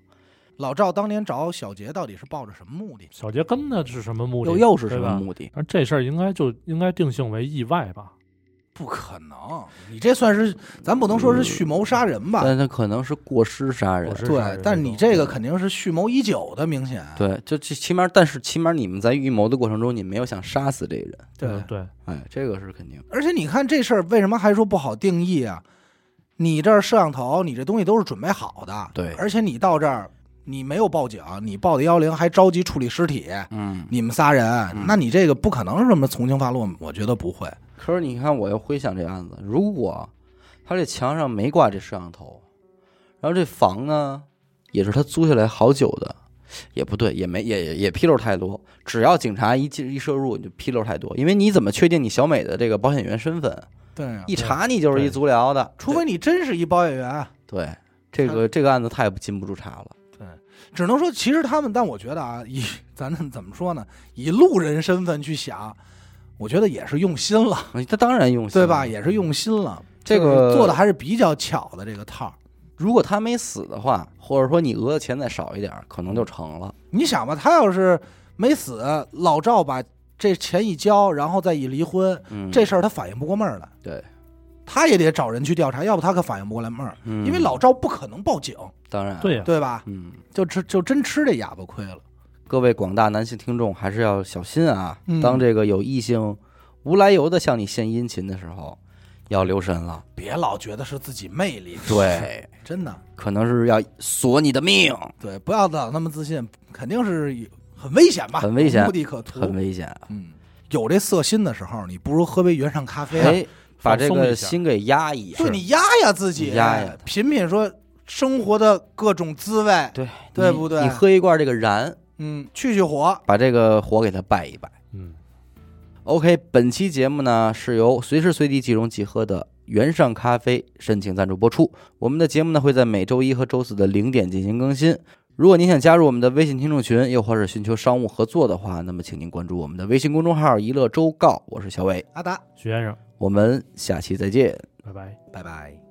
S2: 老赵当年找小杰到底是抱着什么目的？
S3: 小杰跟的是什么目的？
S1: 又又是什
S3: 对
S1: 么
S3: 吧
S1: 目的？
S3: 而这事儿应该就应该定性为意外吧？
S2: 不可能，你这算是咱不能
S1: 嗯
S2: 说是蓄谋杀人吧？
S1: 但他可能是过失杀人
S3: 过。失杀
S2: 对
S3: 人，
S2: 但是你这嗯个肯定是蓄谋已久的，明显。
S1: 对，就这起码，但是起码你们在预谋的过程中，你没有想杀死这个人，
S3: 嗯对，
S1: 哎，这个是肯定。
S2: 而且你看这事儿为什么还说不好定义啊？你这儿摄像头，你这东西都是准备好的，
S1: 对
S2: 而且你到这儿，你没有报警，你报的幺零，还着急处理尸体，
S1: 嗯，
S2: 你们仨人，
S1: 嗯
S2: 那你这个不可能是什么从轻发落，我觉得不会。
S1: 可是你看，我又回想这案子，如果他这墙上没挂这摄像头，然后这房呢也是他租下来好久的，也不对，也没也也也纰漏太多。只要警察一进一摄入，你就纰漏太多，因为你怎么确定你小美的这个保险员身份？
S2: 对、啊，
S1: 一查你就是一足疗的，
S2: 除非你真是一保险员，
S1: 对这个这个案子太禁不住查了。
S2: 只能说其实他们，但我觉得啊，以咱们怎么说呢？以路人身份去想，我觉得也是用心了，
S1: 他当然用心
S2: 对吧？
S1: 了
S2: 也是用心了，
S1: 这个
S2: 就是做的还是比较巧的这个套儿。
S1: 如果他没死的话，或者说你讹的钱再少一点儿，可能就成了。
S2: 你想吧，他要是没死，老赵把这钱一交，然后再一离婚，
S1: 嗯，
S2: 这事儿他反应不过闷儿来。
S1: 对，
S2: 他也得找人去调查，要不他可反应不过来闷儿，
S1: 嗯
S2: 因为老赵不可能报警，
S1: 当然
S3: 对，呀，
S2: 对吧？
S1: 嗯，
S2: 就吃就真吃这哑巴亏了。
S1: 各位广大男性听众还是要小心啊！
S2: 嗯
S1: 当这个有异性无来由的向你献殷勤的时候，要留神了。
S2: 别老觉得是自己魅力，
S1: 对，
S2: 真的
S1: [laughs] 可能是要索你的命，
S2: 对，不要老那么自信，肯定是有很危险吧？
S1: 很危险
S2: 无地可图
S1: 很。危险。
S2: 嗯，有这色心的时候，你不如喝杯原上咖啡啊、
S1: 哎，把
S3: 放
S1: 这
S3: 松
S1: 个
S3: 一下
S1: 心给压一压。
S2: 对你压压自己，哎
S1: 压压它
S2: 品品说生活的各种滋味，
S1: 对
S2: 对不对
S1: 你喝一罐这个燃，
S2: 嗯，去去火，
S1: 把这个火给它败一败。
S3: 嗯，
S1: OK，本期节目呢是由随时随地即溶即喝的原上咖啡申请赞助播出。我们的节目呢会在每周一和周四的零点进行更新。如果您想加入我们的微信听众群，又或者寻求商务合作的话，那么请您关注我们的微信公众号“一乐周告”。我是小伟，
S2: 阿达，
S3: 徐先生，
S1: 我们下期再见。
S3: 拜拜。
S2: 拜拜。